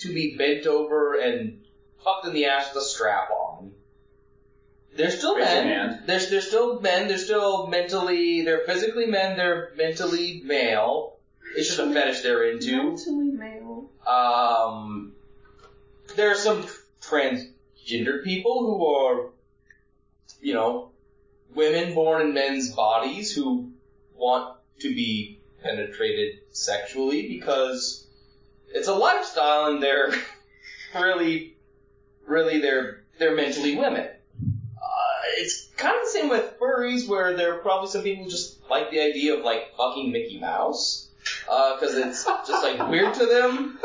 B: to be bent over and fucked in the ass with a strap on. They're still
A: Raise your
B: men.
A: hand.
B: They're, they're still men. They're still mentally. They're physically men. They're mentally male. It's just a fetish they're into.
D: Mentally male.
B: Um, there are some transgender people who are, you know, women born in men's bodies who want to be penetrated sexually because it's a lifestyle and [LAUGHS] they're really, really they're they're mentally women. Uh, it's kind of the same with furries, where there are probably some people who just like the idea of like fucking Mickey Mouse, because it's just like weird to them.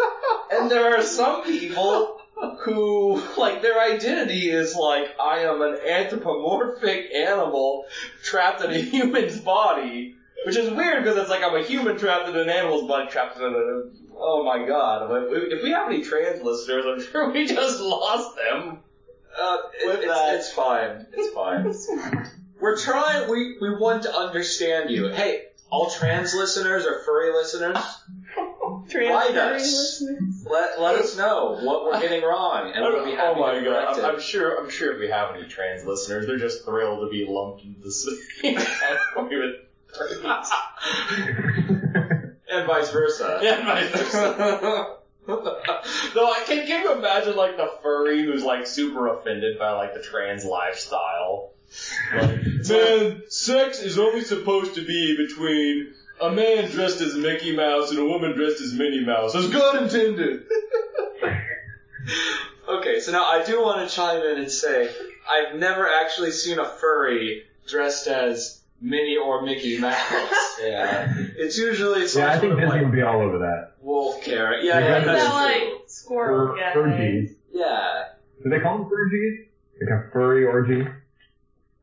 B: And there are some people who like their identity is like I am an anthropomorphic animal trapped in a [LAUGHS] human's body, which is weird because it's like I'm a human trapped in an animal's body, trapped in a. Oh my god! I'm like, if we have any trans listeners, I'm [LAUGHS] sure we just lost them.
A: Uh, it-
B: With
A: it's,
B: that.
A: it's fine. It's fine. We're trying. We we want to understand you. Hey, all trans listeners or furry listeners,
D: Transferring
A: us.
D: listeners.
A: let let us know what we're getting wrong, and we'll be happy
E: oh my
A: to
E: god!
A: correct
E: I'm, I'm
A: it.
E: sure. I'm sure if we have any trans listeners, they're just thrilled to be lumped into [LAUGHS] this category
A: [LAUGHS]
E: with furries.
A: and vice versa.
E: [LAUGHS] And
A: [LAUGHS]
E: vice versa. Though I can, can you imagine like the furry who's like super offended by like the trans lifestyle? Like, man, sex is only supposed to be between a man dressed as Mickey Mouse and a woman dressed as Minnie Mouse, as God intended.
A: Okay, so now I do want to chime in and say I've never actually seen a furry dressed as Minnie or
B: [LAUGHS]
A: Mickey Mouse.
B: Yeah.
A: it's usually
C: [LAUGHS]
A: some
C: Yeah, I
A: sort
C: think
A: of
C: Disney
A: like
C: would be all over that.
A: wolf carrot. Yeah,
C: Yeah,
A: yeah,
C: it's
D: Is
A: that's
D: that
C: not
A: true.
D: like squirrel guy?
C: orgies.
A: Yeah,
C: Do they call them orgies? Like a furry orgy?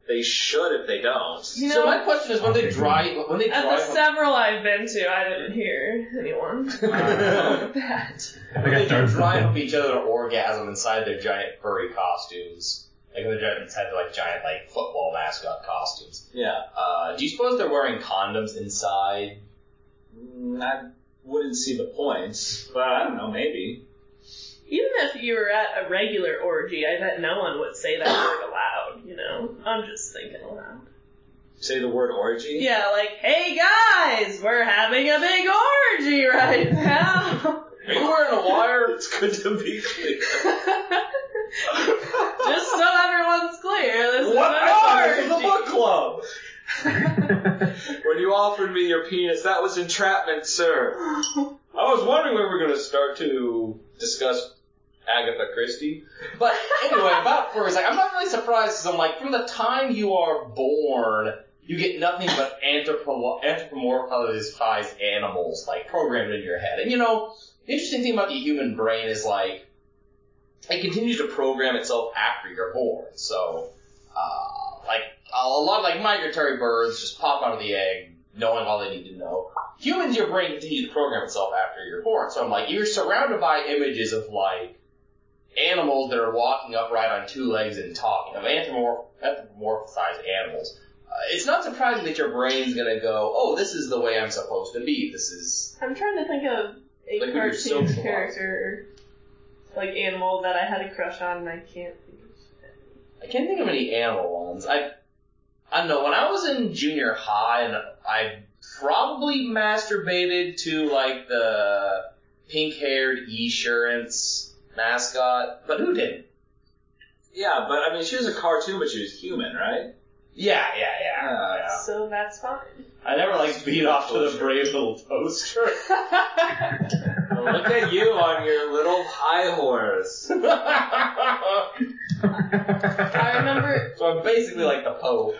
A: they should if they don't.
D: You know,
B: so my question is, when they dry, when they
D: of
B: dry,
D: the several I've been to, I didn't hear anyone like that.
C: I think I
E: They
C: started
E: just drive
C: something.
E: up each other to orgasm inside their giant furry costumes. Like when they're inside their like giant like football mascot costumes.
A: Yeah,
E: Uh, do you suppose they're wearing condoms inside?
A: Mm, I wouldn't see the point, but I don't know, maybe.
D: Even if you were at a regular orgy, I bet no one would say that word aloud, you know? I'm just thinking aloud.
A: Say the word orgy.
D: Yeah, like, hey guys, we're having a big orgy right now. [LAUGHS]
B: are you wearing a wire?
A: [LAUGHS] It's good to be clear.
D: Just so everyone's clear, this is
B: What? I thought this
D: an
B: was a book club.
A: When you offered me your penis, that was entrapment, sir.
D: orgy.
B: I was wondering when we were going to start to discuss Agatha Christie. But anyway, about furries, like, I'm not really surprised because I'm like, from the time you are born, you get nothing but anthropo- anthropomorphized animals, like, programmed in your head. And you know, the interesting thing about the human brain is, like, it continues to program itself after you're born. So, uh, like, a lot of, like, migratory birds just pop out of the egg knowing all they need to know humans, your brain continues to program itself after you're born. So I'm like, you're surrounded by images of like animals that are walking upright on two legs and talking, of anthropomorph- anthropomorphized animals. Uh, it's not surprising that your brain's gonna go, oh, this is the way I'm supposed to be. This is
D: [LAUGHS] I'm trying to think of
B: Like
D: a
B: when you're
D: cartoon
B: socialized.
D: character, like animal that I had a crush on, and I can't think of it.
B: I can't think of any animal ones. I I don't know. When I was in junior high, and I probably masturbated to like the pink-haired Esurance mascot, but who didn't?
A: Yeah, but I mean, she was a cartoon, but she was human, right?
B: Yeah, yeah, yeah.
A: Yeah.
D: So that's fine.
E: I never like beat off to the brave
B: [LAUGHS]
E: little toaster.
A: [LAUGHS] Look at you on your little high horse. [LAUGHS]
B: so I'm
D: I remember
B: basically like the Pope.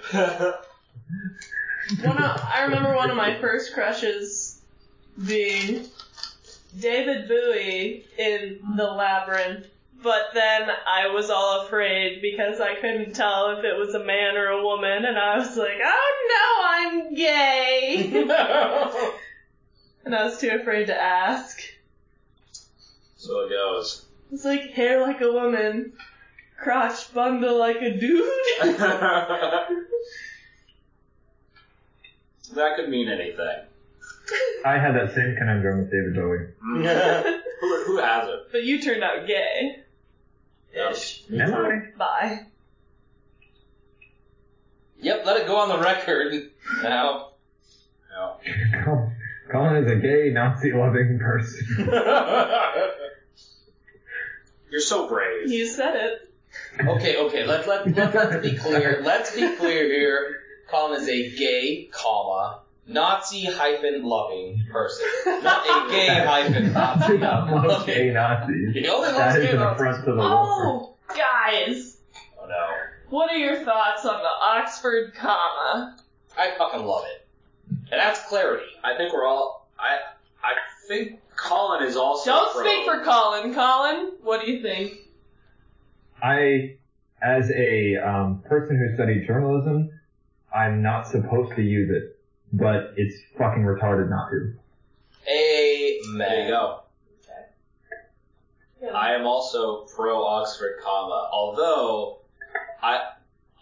D: one. Of, I remember one of my first crushes being David Bowie in The Labyrinth. But then I was all afraid because I couldn't tell if it was a man or a woman, and I was like, "Oh no, I'm gay," [LAUGHS] and I was too afraid to ask.
A: So it [LAUGHS] goes.
D: It's like hair like a woman, crotch bundle like a dude. [LAUGHS]
A: that could mean anything.
C: I had that same conundrum with David Bowie.
D: but
A: [LAUGHS] Who, who hasn't?
D: you turned out gay. Ish.
C: Am I?
D: Bye.
B: [LAUGHS] yep, let it go on the record now.
A: No. [LAUGHS]
C: [LAUGHS] Col- Colin is a gay, Nazi-loving person.
A: You're so brave.
D: You said it.
B: Okay, okay, let, let, let, let's be clear. Let's be clear here. Colin is a gay, comma, Nazi hyphen loving person. Not a gay
C: [LAUGHS]
B: hyphen [LAUGHS] Nazi
C: Love
B: loving.
C: gay Nazis.
B: He only loves
C: That is
B: gay
C: in the
B: Nazis.
C: front of the wall.
D: Oh, guys.
E: Oh no.
D: What are your thoughts on the Oxford comma?
B: I fucking love it. And that's clarity.
A: I think we're all. I I think Colin is also.
D: Don't
A: pro.
D: speak for Colin. Colin, what do you think?
C: I, as a um, person who studied journalism, I'm not supposed to use it, but it's fucking retarded not to.
B: Amen.
A: There you go. I am also pro Oxford comma, although I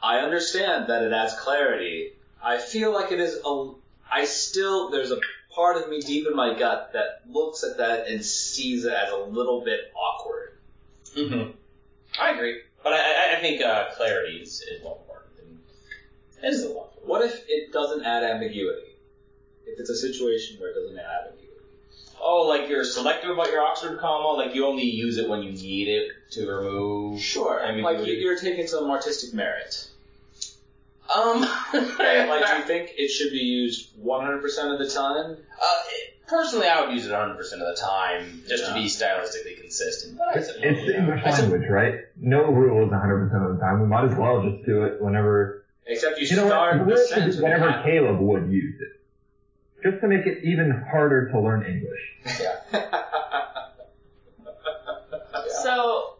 A: I understand that it adds clarity. I feel like it is a. I still there's a part of me deep in my gut that looks at that and sees it as a little bit awkward.
B: hmm I agree. But I, I- I think uh, clarity is, is more important than it is the one.
A: What if it doesn't add ambiguity? If it's a situation where it doesn't add ambiguity.
B: Oh, like you're selective about your Oxford comma, like you only use it when you need it to remove.
A: Sure,
B: ambiguity.
A: like you- you're taking some artistic merit.
B: [LAUGHS] Um,
A: like, do you think it should be used 100% of the time?
B: [LAUGHS] Uh, personally, I would use it 100% of the time just to be stylistically consistent. But I
C: It's
B: suppose,
C: the
B: you know,
C: English
B: I sup-
C: language, right? No rules 100% of the time. We might as well just do it whenever.
A: Except you,
C: You know what?
A: start the
C: We're gonna
A: sentence
C: do
A: with an
C: Whenever
A: app.
C: Caleb would use it, just to make it even harder to learn English.
D: So,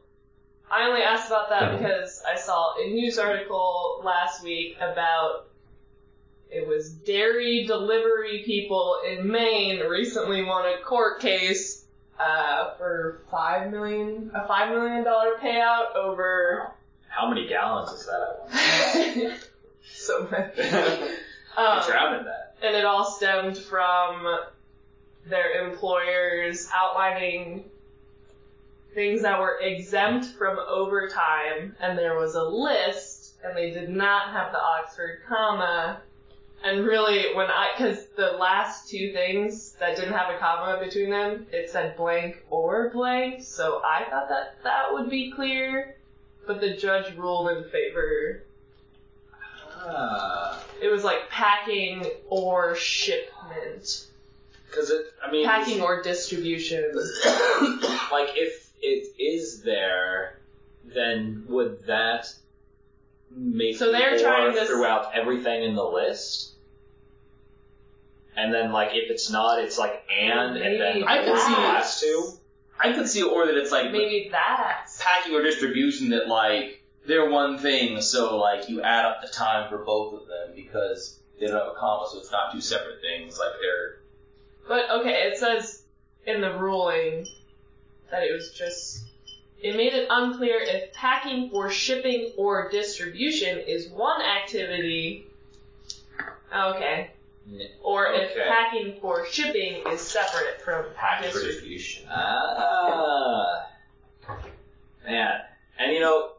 D: I only asked about that because I saw a news article last week about it was dairy delivery people in Maine recently won a court case uh, for five million a five million dollar payout over
A: [LAUGHS] How many gallons is [LAUGHS] that?
D: [LAUGHS] so much.
A: [LAUGHS] I'm
D: Um,
A: drowning that.
D: and it all stemmed from their employers outlining things that were exempt from overtime, and there was a list, and they did not have the Oxford comma. And really, when I, because the last two things that didn't have a comma between them, it said blank or blank, so I thought that that would be clear, but the judge ruled in favor it was like packing or shipment.
A: Because it, I mean,
D: Packing or distribution.
A: like if it is there, then would that make
D: So they're
A: it
D: trying
A: more
D: to s-
A: throughout everything in the list? And then, like, if it's not, it's like and, and then
D: Maybe
B: I could
A: the
B: see-
A: last two.
B: [COUGHS] I could see, or that it's like
D: Maybe that's.
B: packing or distribution that like they're one thing, so like you add up the time for both of them because they don't have a comma, so it's not two separate things. Like they're
D: But okay, it says in the ruling that it was just. It made it unclear if packing for shipping or distribution is one activity. Okay.
A: Yeah,
D: Or if
A: okay.
D: packing for shipping is separate from
B: packing for
D: distribution.
B: distribution.
A: Ah, man. And you know,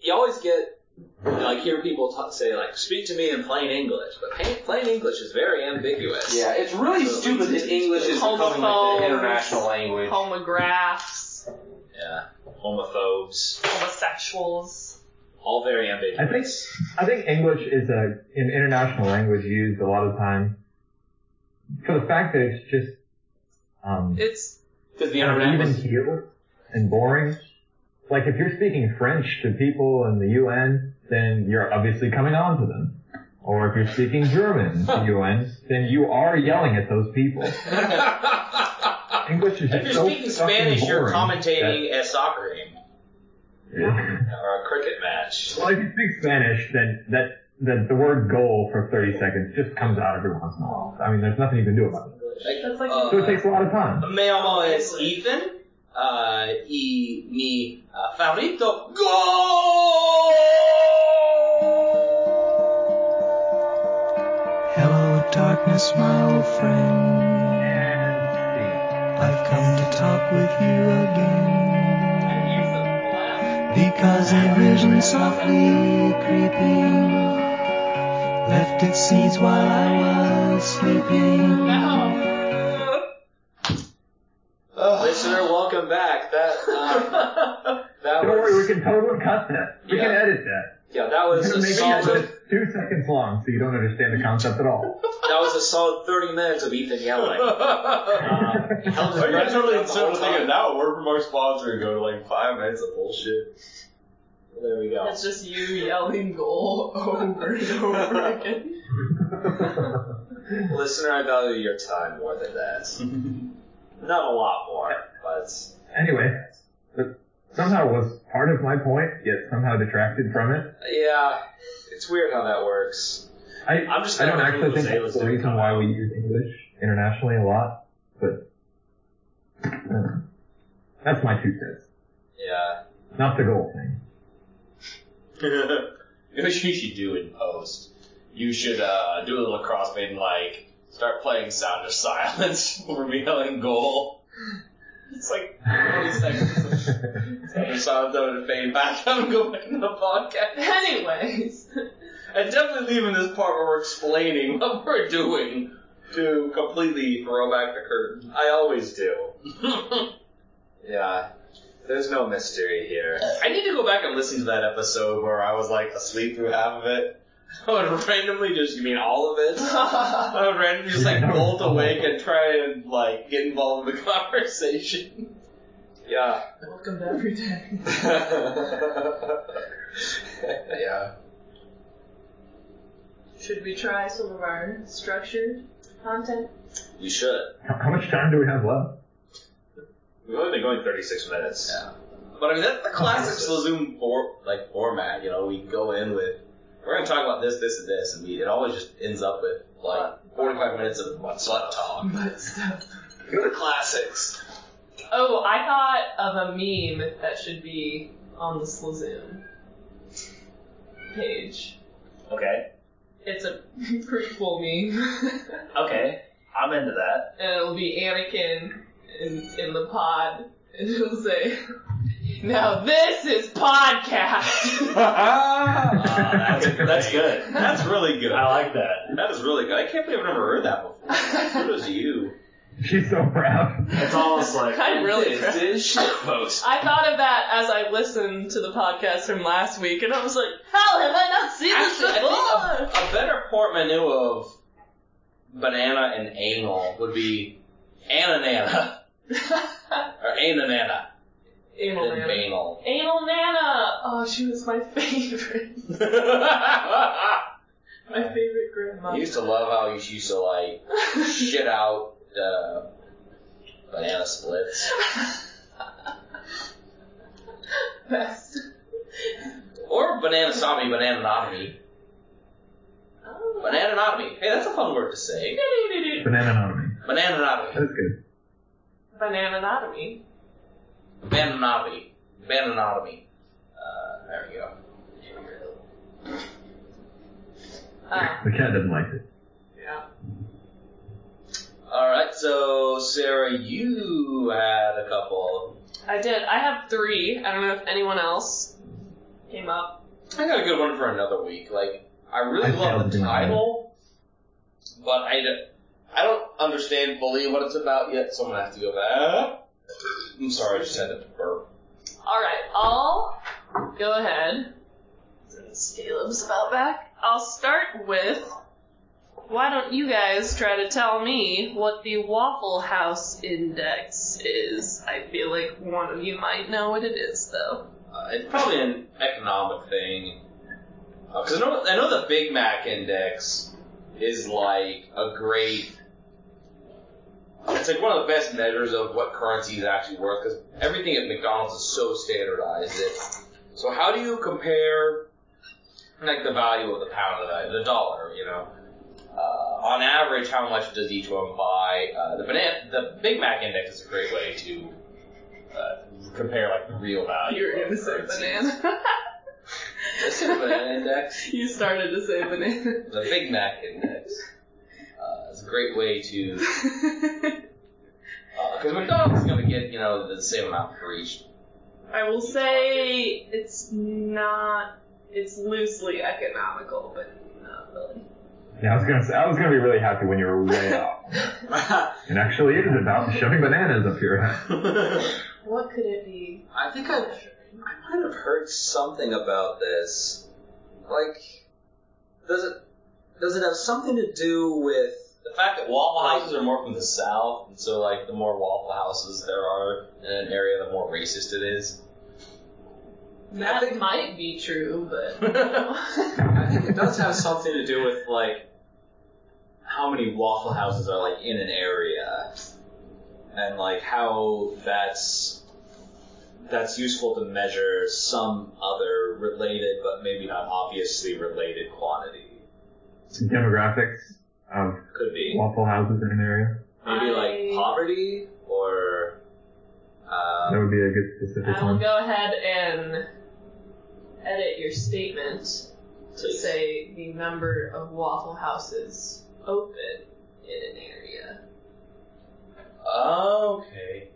A: you always get like hear people ta say like, "Speak to me in plain English," but plain, plain English is very ambiguous.
B: Yeah, it's really
A: So-
B: stupid that English is becoming like
D: Homophones.
B: the international language.
D: Homographs,
A: Yeah. Homophobes,
D: homosexuals.
A: all very ambiguous.
C: I think I think English is a an international language used a lot of time for the fact that it's just um
D: It's
B: Because the
C: kind of
B: internet
C: even
B: was
C: keeled and boring. Like if you're speaking French to people in the UN, then you're obviously coming on to them. Or if you're speaking German
B: [LAUGHS]
C: to UN, then you are yelling at those people. English
B: If
C: is just
B: you're
C: so
B: speaking
C: fucking
B: Spanish, you're
C: boring
B: commentating a soccer game.
C: that-
A: or a cricket match.
C: Well, if you speak Spanish, then that the, the word goal for 30 seconds just comes out every once in a while. I mean, there's nothing you can do about it.
D: that's like
B: Uh,
C: So it takes a lot of time.
B: Me llamo es Ethan. Uh, y mi uh, favorito goal.
F: Hello, darkness, my old friend. I've come to talk with you again. Because a vision softly creeping left its seeds while I was sleeping.
A: Listener, welcome back. That um, that
C: Don't worry, we
A: was
C: can totally cut that. We can
A: Yeah.
C: edit that.
A: yeah, that
B: [LAUGHS]
C: We're
A: was
C: gonna
A: a
C: make it
A: solid
C: just two seconds long, so you don't understand the concept at all.
A: that was a solid thirty minutes of Ethan yelling.
B: [LAUGHS]
A: Um, held his
E: Are you
A: breath
E: guys
A: throughout
E: totally
A: the
E: instead
A: whole
E: of thinking
A: time.
E: now? Word from our sponsor and go to like five minutes of bullshit.
A: There we go.
D: It's just you yelling goal over and over again.
C: [LAUGHS]
A: Listener, I value your time more
B: [LAUGHS]
A: than that. Not a lot more, but
C: Anyway, it somehow was part of my point, yet somehow detracted from it.
A: yeah, it's weird how that works.
C: I,
A: I'm just
C: I don't
A: glad
C: actually
A: Julio's
C: think
A: A was
C: that's the
A: doing
C: reason
A: that.
C: why we use English internationally a lot, but uh, that's my two cents.
A: Yeah.
C: Not the goal thing.
B: You know what you should do in post? You should uh, do a little crossfade and like start playing Sound of Silence [LAUGHS] over yelling goal. It's like 40 seconds. Sound of Silence, I'm gonna fade back. [LAUGHS] I'm going back in the podcast.
D: Anyways,
B: And definitely leaving this part where we're explaining [LAUGHS] what we're doing to completely throw back the curtain.
A: I always do. Yeah. There's no mystery here.
B: I need to go back and listen to that episode where I was like asleep through half of it. [LAUGHS] I would randomly just, you mean all of
A: [LAUGHS]
B: it? I would randomly just like bolt awake and try and like get involved in the [LAUGHS] conversation.
A: Yeah.
D: welcome to every day.
B: yeah.
D: Should we try some of our structured content?
A: [LAUGHS] You should.
C: [LAUGHS] How how much time do we have left?
A: We've only been going 36 minutes.
B: Yeah. But I mean, that's the
A: [LAUGHS]
B: classic Slazoom for, like format. You know, we go in with we're going to talk about this, this, and this, and we, it always just ends up with like 45 minutes of slut
A: [LAUGHS]
B: talk.
D: But stuff.
B: Go to classics.
D: Oh, I thought of a meme that should be on the Slazoon page.
B: Okay.
D: It's a [LAUGHS] pretty cool meme. [LAUGHS]
B: Okay. I'm into that.
D: and it'll be Anakin in, in the pod, and it'll say, "Now this is podcast."
B: Ah, that's, that's good. That's really good. I like that. That is really good. I can't believe I've never heard that before. Kudos to you.
C: [LAUGHS] She's so proud.
B: It's almost like [LAUGHS]
D: [LAUGHS] I'm really.
A: It
D: proud.
A: is shitpost.
D: I thought of that as I listened to the podcast from last week, and I was like, "How have I not seen this
B: Actually, I
D: before?"
B: a better portmanteau of banana and anal would be ananana
D: [LAUGHS]
B: or ananana
D: Anal
B: and
D: Nana. [LAUGHS]
B: banal.
D: Anal Nana. Oh, she was my [LAUGHS] favorite. My favorite grandma.
B: I used to love how you used to like shit out uh, banana splits.
D: [LAUGHS] Best.
B: Or banana sodomy, banana anatomy.
D: Oh. [LAUGHS]
B: Banana anatomy. Hey, that's a fun word to say.
C: Banana anatomy.
B: Banana anatomy.
C: That is good.
D: Banana anatomy.
B: Banana anatomy. Banana anatomy. Uh, there we go.
D: Ah,
C: The cat doesn't like it.
D: yeah.
B: Alright, so Sarah, you had a couple.
D: I did. I have three. I don't know if anyone else came up.
B: I got a good one for another week. Like, I really
C: I
B: love
C: failed
B: the
C: doing that.
B: title, but I, d- I don't understand fully what it's about yet, so I'm gonna have to go back. I'm sorry, I just had to burp.
D: All right, I'll go ahead. Since Caleb's about back, I'll start with. Why don't you guys try to tell me what the Waffle House Index is? I feel like one of you might know what it is, though.
B: Uh, it's probably an economic thing. Because Uh, I, know, I know the Big Mac Index is like a great. It's like one of the best measures of what currency is actually worth because everything at McDonald's is so standardized. That, so how do you compare like the value of the pound of the, the dollar? You know, uh, on average, how much does each one buy? Uh, the banana, the Big Mac Index is a great way to uh, compare like the real value.
D: You're
B: of
D: gonna say
B: currencies.
D: banana.
B: This is the banana index.
D: [LAUGHS] you started to say banana. [LAUGHS]
B: The Big Mac index. Uh, it's a great way to because McDonald's is gonna get you know the same amount for each.
D: I will say it's not. It's loosely economical, but not really.
C: Yeah, I was gonna say, I was gonna be really happy when you were
A: [LAUGHS]
C: way off.
A: I
C: It actually is about shoving bananas up your ass.
D: What could it be?
A: think I, I might have heard something about this. Like, does it does it have something to do with?
B: The fact that Waffle houses are more from the South, and so like the more Waffle houses there are in an area, the more racist it is.
D: That might be true, but
C: [LAUGHS]
A: I think [LAUGHS] it does have something to do with like how many Waffle Houses are like in an area, and like how that's that's useful to measure some other related but maybe not obviously related quantity.
C: Demographics of
A: Could be
C: waffle houses in an area.
A: maybe
D: I-
A: like poverty or
C: That
A: um,
C: would be a good specific
D: I will
C: one.
D: go ahead and edit your statement to
A: Please.
D: say the number of Waffle Houses open in an area.
B: Okay.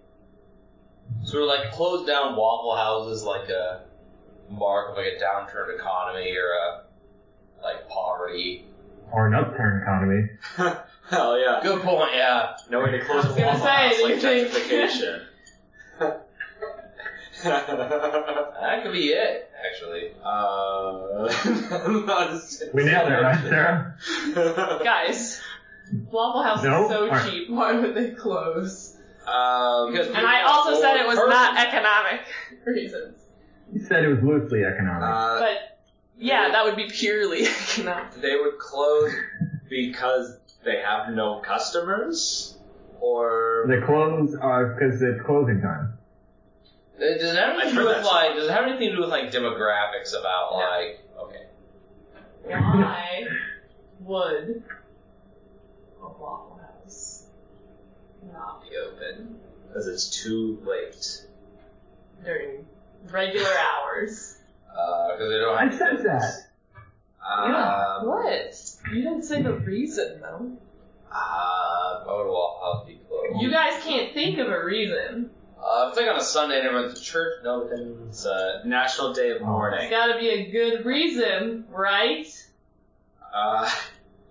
B: So we're like closed down Waffle Houses like a mark of like a downturned economy or a like poverty.
C: Or an upturn economy.
A: [LAUGHS] hell yeah,
B: Good point. Yeah.
A: no way to close
D: I
A: a
D: was gonna
A: Waffle
D: say,
A: House
D: do
A: like
D: you think-
A: gentrification.
D: [LAUGHS]
A: [LAUGHS]
B: That could be it actually.
A: Uh, [LAUGHS] not as-
C: We nailed it, right, Sarah?
D: Guys, Waffle House
C: No?
D: is so
C: Alright.
D: cheap. Why would they close?
A: Um,
B: Because
D: And I also said it was
B: Person.
D: not economic [LAUGHS] reasons.
C: You said it was loosely economic.
A: uh,
D: But yeah, that would be purely [LAUGHS] economic.
A: they would close because they have no customers, or
C: They close uh 'cause it's closing time.
B: Uh, Does it have anything
A: I've
B: to do
A: heard
B: with
A: that.
B: like? Does it have anything to do with like demographics about
D: No.
B: like? Okay.
D: Why would a Waffle House not be open
A: because it's too late.
D: during regular hours?
B: Because uh, they don't.
C: I
B: Have
C: said that.
A: Um,
D: what? You didn't say the reason though.
A: uh,
B: Why would Waffle House be closed?
D: You guys can't think of a reason.
B: Uh, if it's like on a Sunday and everyone's at church, no, then it's uh,
A: National Day of
D: It's
A: Mourning.
D: gotta be a good reason, right?
A: Uh,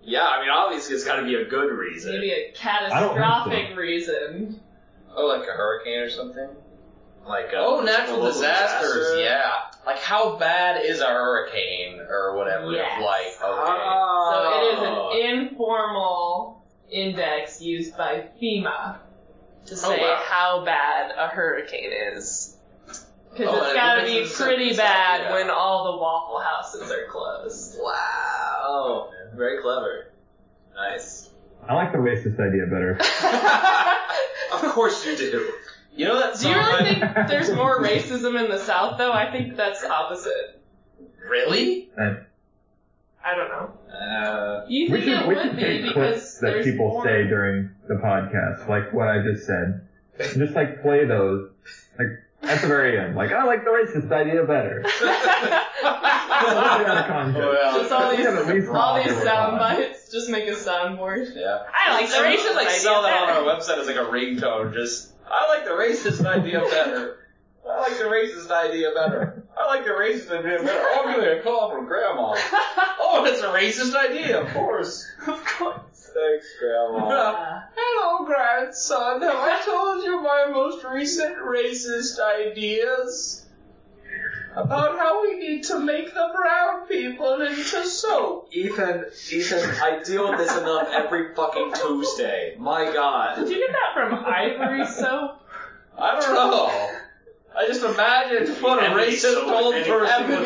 A: yeah, I mean, obviously it's got to be a good reason.
D: Maybe a
C: so.
D: catastrophic reason.
B: oh, like a hurricane or something.
A: Like a,
B: Oh, natural
A: local
B: disasters,
A: disaster.
B: yeah. Like how bad is a hurricane or whatever?
D: Yes. Uh,
B: Like okay,
A: Oh.
D: So it is an informal index used by FEMA to say
B: Oh, wow.
D: how bad a hurricane is. Because
B: Oh,
D: it's
B: and
D: gotta
B: it
D: be
B: mixes
D: pretty
B: up,
D: bad
B: yeah.
D: when all the Waffle Houses are closed.
A: Wow. Oh, Very clever. Nice.
C: I like the racist idea better.
A: Of course you do.
B: you know that
D: [LAUGHS] Do
B: song?
D: you really think
C: [LAUGHS]
D: there's more racism in the South, though? I think that's opposite.
B: really?
D: I don't know.
A: Uh,
D: You
C: We
D: think
C: should,
D: it
C: we
D: would
C: should
D: be
C: take
D: because
C: clips that
D: there's
C: people
D: more.
C: say
D: [LAUGHS]
C: during the podcast, like what I just said. Just like play those, like at the very end. Like I like the racist idea better. Let's get out of context.
B: Well,
D: just all
C: We
D: these,
C: have at least
D: all
C: half
D: these
C: of the
D: sound
C: time.
D: bites. Just make a soundboard.
B: yeah.
D: I like
B: we
D: the
B: should
D: racist
B: like
D: idea
B: sell that
D: better.
B: on our website as like a ringtone. Just I like the racist idea better. I like the racist idea better. I like the racist idea better. Oh, I'm getting a call from grandma. Oh, it's a racist idea, of course.
D: [LAUGHS] of course.
B: Thanks, grandma. Hello, grandson. Have I told you my most recent racist ideas? About how we need to make the brown people into soap.
A: [LAUGHS] Ethan, Ethan, I deal with this enough every fucking Tuesday. My God.
D: Did you get that from Ivory
B: [LAUGHS]
D: Soap?
B: I don't know. I just imagined what a
E: Ebony
B: racist
E: soap,
B: old
E: Ebony
B: person
E: soap.
B: would.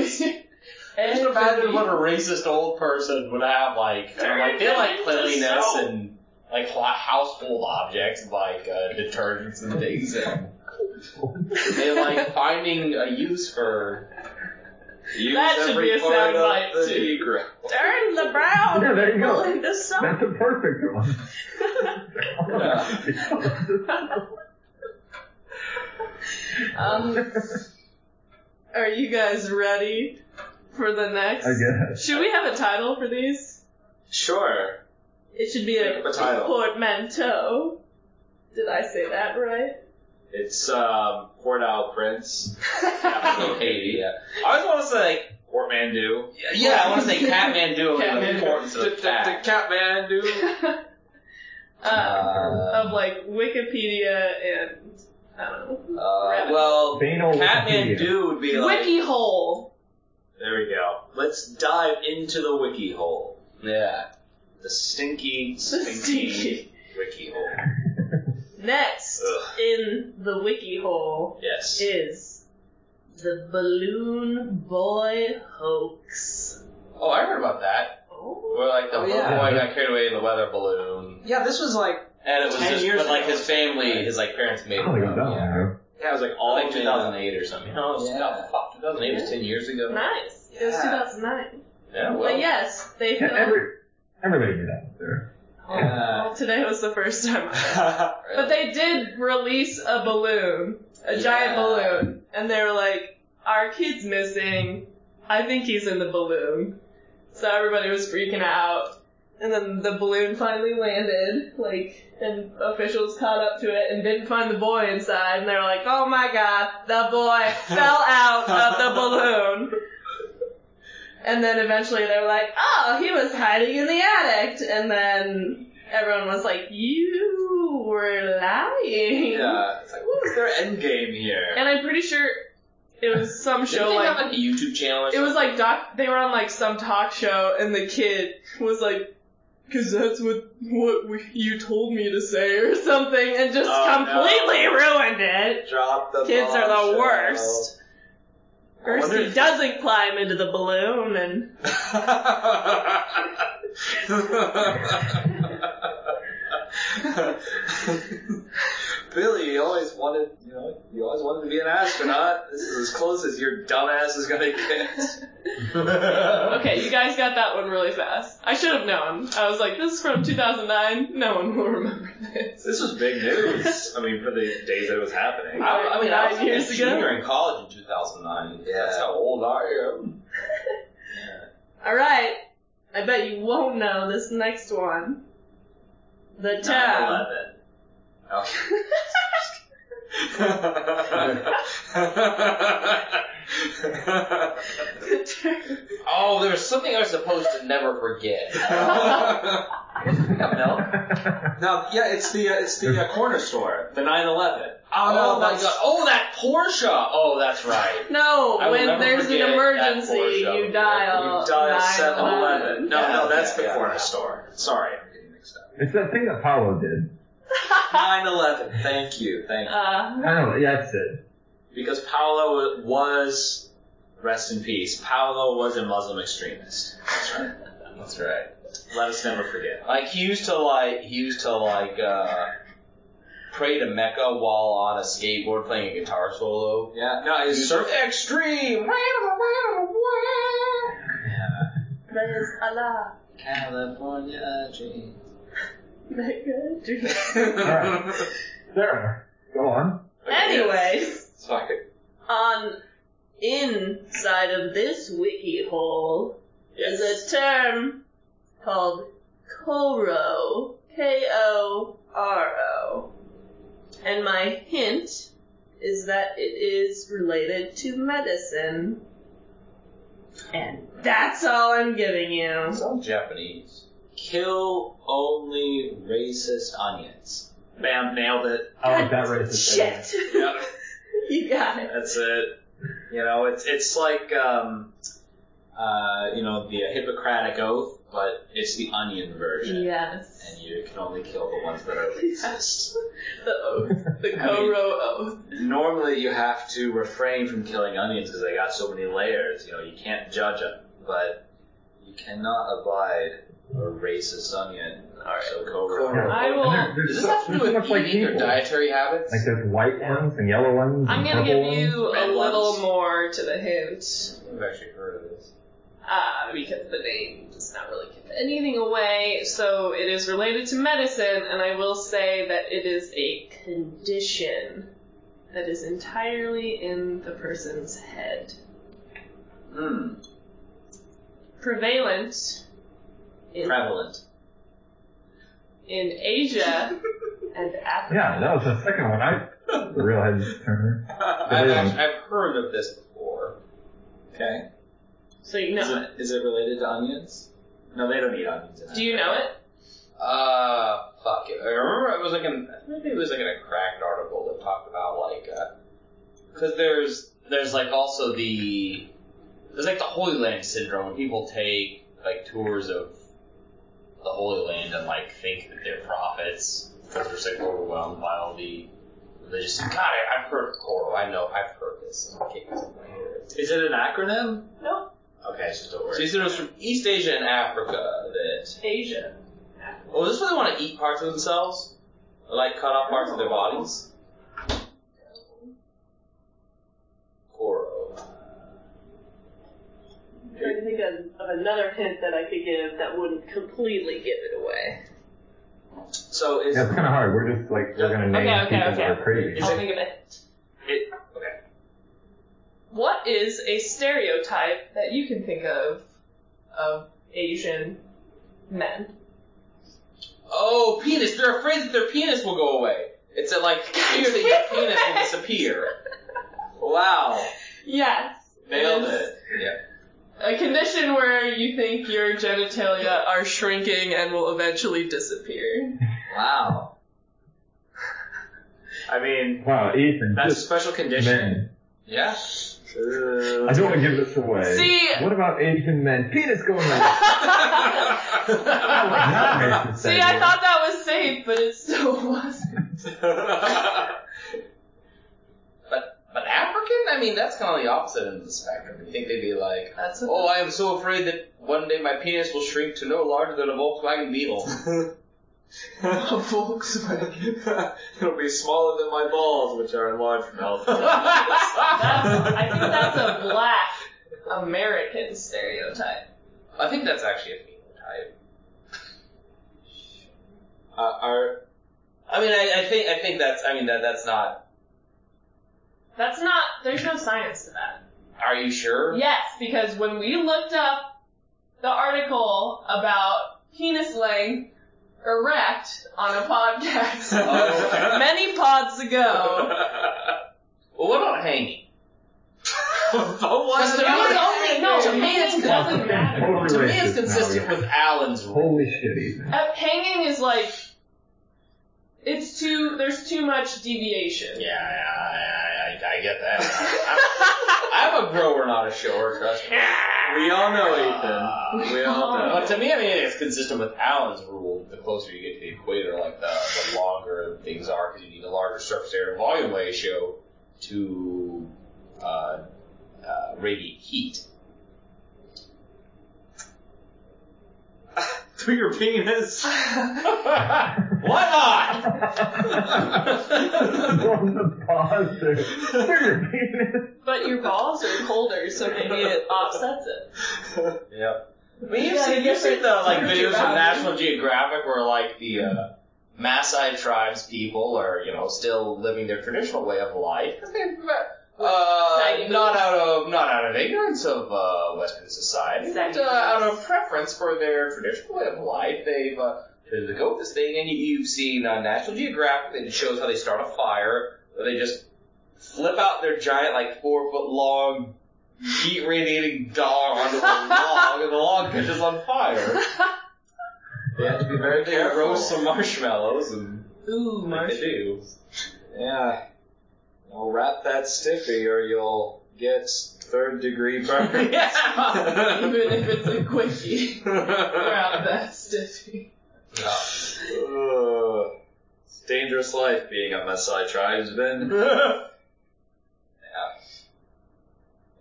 B: Just imagine what a
D: [LAUGHS]
B: racist old person would have like. and, like they like cleanliness and like ho- household objects like uh, detergents and things, and they [LAUGHS] like finding a use for
A: Use
D: That should
A: every
D: be a
A: part of
D: soundbite,
A: the
D: too.
A: Negro.
D: Turn the brown
C: Yeah, there you
D: people
C: go.
D: into soap.
C: That's a perfect one.
D: [LAUGHS] Um, are you guys ready for the next?
C: I guess.
D: Should we have a title for these?
A: Sure.
D: It should be
A: Make
D: a,
A: up a title.
D: portmanteau. Did I say that right?
A: It's um, Port Owl Prince,
B: Capital Haiti. Yeah. I always want to say like,
A: Portmandu.
D: [LAUGHS]
B: yeah, I want to say Catmandu and the
D: Catmandu.
B: importance
A: The
B: of cat.
A: Catmandu.
D: [LAUGHS] uh,
B: Uh,
D: of like Wikipedia and I don't know.
B: uh, well,
C: Banal Wikipedia.
B: Catmandu would be like
D: Wiki hole.
A: [LAUGHS] There we go. Let's dive into the wiki hole.
B: yeah.
A: The stinky,
D: stinky.
A: stinky wiki hole.
D: [LAUGHS] Next
A: Ugh.
D: in the wiki hole
A: Yes.
D: is the balloon boy hoax.
B: Oh, I heard about that.
D: Oh.
B: Where like the
A: Oh,
B: boy
A: yeah.
B: got carried away in the weather balloon,
A: Yeah, this was like
B: and it was
A: 10
B: just
A: years
B: but, like
A: ago.
B: his family, his like parents made
C: I
B: it.
C: don't think
B: up.
C: it's that long
B: yeah.
C: ago.
A: yeah, it was like all
B: Like
A: made up.
B: 2008 or something. You know, it was
A: Yeah.
B: no, fuck, 2008 was 10 years ago.
D: Nice. It was
A: Yeah.
D: 2009.
B: Yeah, well,
D: But yes, they
C: Yeah,
D: filmed.
C: every, everybody knew that was there.
A: Uh, [LAUGHS] Yeah.
D: well, today was the first time.
B: really.
D: But they did release a balloon, a giant
B: Yeah.
D: balloon, and they were like, "Our kid's missing. I think he's in the balloon." So everybody was freaking out, and then the balloon finally landed, like, and officials caught up to it and didn't find the boy inside, and they were like, "Oh my god, the boy fell out of the balloon." And then eventually they were like, oh, he was hiding in the attic. And then everyone was like, you were lying.
A: Yeah, it's like what was their end game here?
D: And I'm pretty sure it was some
B: Didn't
D: show
B: they
D: like,
B: have like a YouTube channel or
D: it was
B: something?
D: like doc, they were on like some talk show and the kid was like, cause that's what, what we, you told me to say or something and just
A: Oh, no.
D: completely ruined it.
A: Drop the
D: Kids are the
A: bombshell.
D: worst.
A: I
D: Or
A: wonder
D: he
A: if-
D: doesn't climb into the balloon and
A: [LAUGHS] Billy, you always wanted, you know, you always wanted to be an astronaut. This is as close as your dumbass is gonna get.
D: Okay, you guys got that one really fast. I should have known. I was like, this is from 2009. No one will remember this.
A: This was big news. I mean, for the days that it was happening.
B: I, I mean, I was
D: Nine
B: like a
D: years ago?
B: junior in college in 2009.
A: Yeah.
B: That's how old I am.
D: All right. I bet you won't know this next one. The town.
A: 9/11.
D: The town.
B: Oh, there was something I was supposed to never [LAUGHS] forget.
A: [LAUGHS]
D: [LAUGHS]
B: no.
A: no, yeah, it's the uh, it's the uh, corner store, the 9/11.
B: Oh,
A: no,
B: my
A: that's-
B: god. Oh, that Porsche. Oh, that's right.
D: [LAUGHS] No,
B: I will
D: when
B: never
D: there's an
B: forget that
D: emergency,
B: Porsche.
D: you dial
A: You dial
D: 911.
A: 7-Eleven. No, no,
B: Yeah,
A: that's
B: yeah,
A: the
B: yeah.
A: corner store. Sorry, I'm getting mixed up.
C: [LAUGHS] It's that thing that Paolo did.
A: 9/11. Thank you, thank
D: [LAUGHS]
A: you.
D: Uh,
C: I don't know, yeah, that's it.
A: Because Paolo was, rest in peace. Paolo was a Muslim extremist. That's right.
B: That's right.
A: Let us never forget.
B: Like he used to like he used to like uh pray to Mecca while on a skateboard playing a guitar solo.
A: Yeah. No,
B: He
A: it's [LAUGHS]
B: used
A: surf.
B: to- extreme.
D: there's Allah. [LAUGHS]
A: California dream.
D: Mega dream.
C: Alright. Sarah, go on.
D: Anyways.
A: Sorry.
D: on inside of this wiki hole is a term called Koro. K O R O. And my hint is that it is related to medicine. And that's all I'm giving you.
B: It's all Japanese.
A: Kill only racist onions. Bam, nailed it.
C: I like that racist thing.
D: Shit!
A: Yep.
D: [LAUGHS] you got it.
A: That's it. You know, it's it's like um, uh, you know the Hippocratic oath, but it's the onion version, and
D: Yes.
A: you can only kill the ones that are racist.
D: The oath.
C: [LAUGHS]
D: The Koro oath.
A: Normally, you have to refrain from killing onions because they got so many layers. You know, you can't judge them, but you cannot abide a racist onion. So
B: Cobra.
A: cobra.
D: I
C: And
D: will-
C: there- there's
B: Does this
C: so-
B: have to do
C: there's
B: with
C: so much like
B: eating or
C: people.
B: dietary habits?
C: Like there's white ones and yellow ones.
D: I'm
C: and
D: gonna give
C: purple ones.
D: you a
A: Red
D: little
A: ones.
D: more to the hint,
B: I've actually heard of this.
D: uh, because the name does not really give anything away. So it is related to medicine, and I will say that it is a condition that is entirely in the person's head.
A: Hmm.
D: Prevalent in,
A: Prevalent. [LAUGHS]
D: in [LAUGHS] Asia and Africa.
C: Yeah, that was the second one. I the real head turner.
B: I've, actually, I've heard of this before.
A: Okay.
D: So you
A: Is
D: know it.
A: it, is it related to onions? No, they don't eat onions. in
D: Do you know it?
B: Uh, fuck it. I remember it was like an maybe it was like in a cracked article that talked about like uh, because there's there's like also the there's like the Holy Land syndrome when people take like tours of the Holy Land and like think that they're prophets because they're just like overwhelmed by all the religious. God, I, I've heard of Coro. I know. I've heard this. I can't I hear it.
A: Is it an acronym?
D: Nope.
A: Okay, it's just a
B: So
A: word.
B: these are from East Asia and Africa that.
D: Asia.
B: Well, is this where they want to eat parts of themselves? Like cut off parts of their bodies? Coro.
D: I'm trying to think of, of another hint that I could give that wouldn't completely give it away.
A: So is
C: Yeah, it's kind of hard. We're just like we're gonna name
D: Okay, okay,
C: people
D: okay.
C: that are crazy.
D: I'll think of it.
A: it okay?
D: What is a stereotype that you can think of of Asian men?
B: Oh, penis! They're afraid that their penis will go away. It's a, like fear that your penis will disappear. Wow.
D: Yes.
B: Nailed
D: It's
B: it. Yeah.
D: A condition where you think your genitalia are shrinking and will
B: [LAUGHS]
D: eventually disappear.
A: Wow. I mean,
C: Wow, Ethan,
A: that's a
C: just
A: special condition.
C: men.
B: Yeah.
C: I don't
A: [LAUGHS]
C: want to give this away.
D: See-
C: What about Asian men? Penis going
D: [LAUGHS]
C: out. Not racist,
D: See, I
C: anyway.
D: thought that was safe, but it still [LAUGHS] wasn't.
B: But but African? I mean, that's kind of the opposite end of the spectrum. You think they'd be like,
D: That's what [LAUGHS]
B: oh, I am so afraid that one day my penis will shrink to no larger than a Volkswagen Beetle.
C: Oh,
A: [LAUGHS] It'll be smaller than my balls, which are enlarged [LAUGHS] mouth.
D: That's, I think that's a black American stereotype.
B: I think that's actually a phenotype.
A: Uh, [LAUGHS] are
B: I mean, I, I think I think that's. I mean, that that's not.
D: That's not, there's no science to that.
B: Are you sure?
D: Yes, because when we looked up the article about penis length erect on
B: [LAUGHS]
D: a podcast
B: Oh.
D: many pods ago,
B: Well, what about hanging?
A: oh,
B: Because
A: what?
B: to me,
D: That was only- no,
B: to me, it's
D: hanging doesn't
B: consistent.
D: matter.
C: Totally
B: To me,
C: racist
B: it's consistent
C: now, yeah.
B: with Alan's
C: [LAUGHS]
B: rule.
C: Holy shit,
D: [LAUGHS]
C: Ethan.
D: uh, hanging is like, it's too, there's too much deviation.
B: Yeah, yeah, yeah, I, I get that. I'm, I'm a grower, not a shower. Trust me.
A: We all know Ethan. We all know.
B: But to me, I mean, it's consistent with Alan's rule. The closer you get to the equator, like the, the longer things are, because you need a larger surface area to volume ratio to uh, uh, radiate heat.
A: [LAUGHS] Through your penis.
B: [LAUGHS] Why
C: [LAUGHS]
B: not?
C: From the pause to through your penis.
D: [LAUGHS] But your balls are colder, so maybe it offsets it.
B: [LAUGHS] Yep. I mean, you've
D: Yeah,
B: seen,
D: you
B: you've seen the like
D: Temperature
B: videos from
D: value. [LAUGHS]
B: National Geographic where like the uh, Maasai tribes people are you know still living their traditional way of life because they're uh,
D: Night
B: not out of not out of ignorance of uh, Western society, but uh,
D: Night
B: out of preference for their traditional way of life. They've uh, they go this thing, and you, you've seen uh, National Geographic that shows how they start a fire. Where they just flip out their giant like four foot long heat radiating dog onto the log, and the log catches on fire.
A: They have to be very
B: They roast some marshmallows, and
D: Ooh,
B: they
D: Marsh.
B: do.
A: Yeah. Now wrap that stiffy or you'll get third degree [LAUGHS] burn.
B: yeah.
D: Even if it's a quickie. Around that stiffy.
A: Ugh. It's a dangerous life being a Maasai tribesman.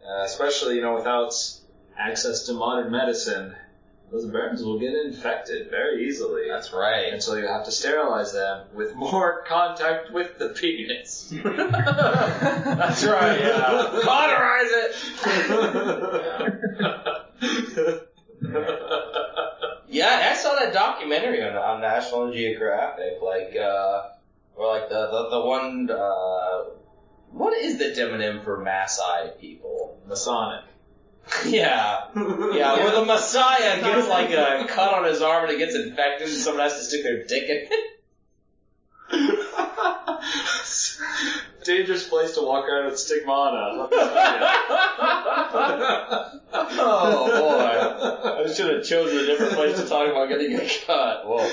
A: Uh, especially, you know, without access to modern medicine, those burns will get infected very easily.
B: That's right.
A: And so you have to sterilize them with more [LAUGHS] contact with the penis.
B: [LAUGHS]
A: [LAUGHS]
B: That's right. Yeah. Cauterize [LAUGHS] Yeah, and I saw that documentary on, on National Geographic, like, uh, or like the, the, the one, uh, what is the demonym for Maasai people?
A: Masonic.
B: [LAUGHS] yeah. Yeah, where the [LAUGHS] Messiah gets like a cut on his arm and it gets infected and someone has to stick their dick in [LAUGHS] it.
A: Dangerous place to walk around with stigmata. [LAUGHS]
B: oh boy. I should have chosen a different place to talk about getting a cut. Whoa.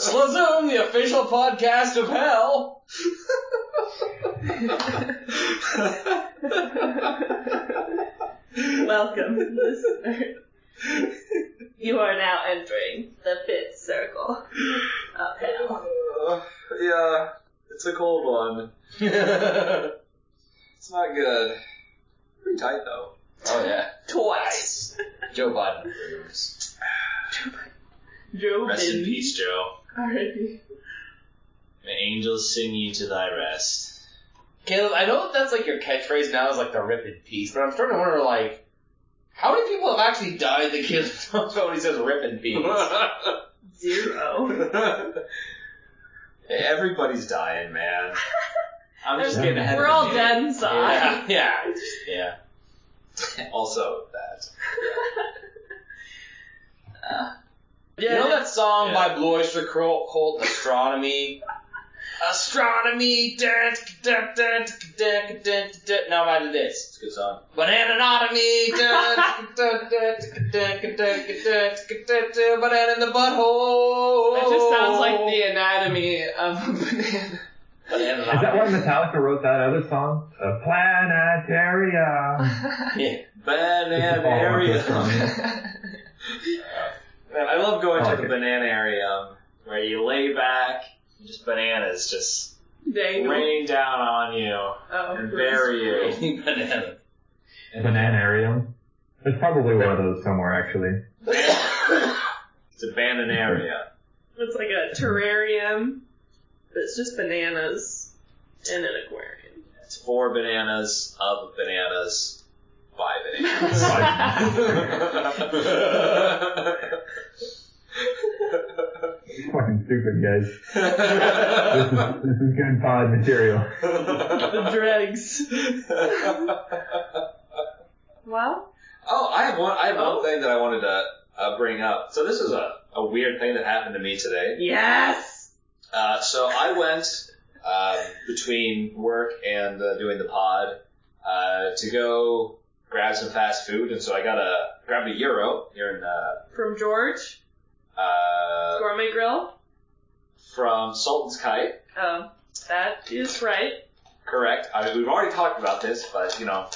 B: Slazoom, the official podcast of hell. [LAUGHS]
A: Uh,
D: Welcome, listener. You are now entering the fifth circle. Okay.
A: yeah, it's It's a cold one.
B: oh
A: It's not good. Pretty tight though.
B: Oh,
G: yeah.
D: Twice.
G: Joe Biden approves.
D: Joe
A: Rest in
D: Biden.
A: peace, Joe.
D: R.I.P.
A: May angels sing you to thy rest.
B: Caleb, I know that's like your catchphrase now is like the rip in peace, but I'm starting to wonder like, how many people have actually died that Caleb [LAUGHS] talks about when he says rip in peace?
D: Zero.
A: Everybody's
D: [LAUGHS]
A: dying, man. I'm just getting ahead
D: We're
A: of the
D: all
A: game.
D: dead inside.
B: [LAUGHS] yeah, yeah, it's- yeah.
A: Also, that.
B: You know that song
A: Yeah.
B: by Blue Oyster Cult, Cult, Astronomy? [LAUGHS] Astronomy, da- da- da- da- da- da- da- da- now imagine this.
A: It's a good song.
B: Banana anatomy. Banana in the butthole.
D: That just sounds like the anatomy of a banana.
B: Banana
C: Is that why
B: anatomy.
C: Metallica wrote that other song? A planetarium.
A: Banana area. [LAUGHS] Man, I love going to
C: Okay.
A: the banana area um, where you lay back, and just bananas just
D: Dangle.
A: rain down on you
D: Oh,
A: and
D: gross.
A: bury you.
B: [LAUGHS] Banana.
C: Bananarium. There's probably one of those somewhere actually.
A: It's a banana area.
D: It's like a terrarium, but it's just bananas and an
A: [LAUGHS]
D: aquarium.
A: It's four bananas, of bananas, by bananas.
D: [LAUGHS]
A: Oh,
C: Fucking stupid guys. This is, this is good pod material.
D: the dregs. well,
A: Oh, I have one. I have one thing that I wanted to uh, bring up. So this is a, a weird thing that happened to me today.
D: yes.
A: Uh, so I went uh, between work and uh, doing the pod uh, to go grab some fast food, and so I got a grabbed a euro here in uh,
D: From George
A: uh,
D: Gourmet Grill.
A: from Sultan's Kite.
D: Oh, that is right.
A: Correct. I mean, we've already talked about this, but you know,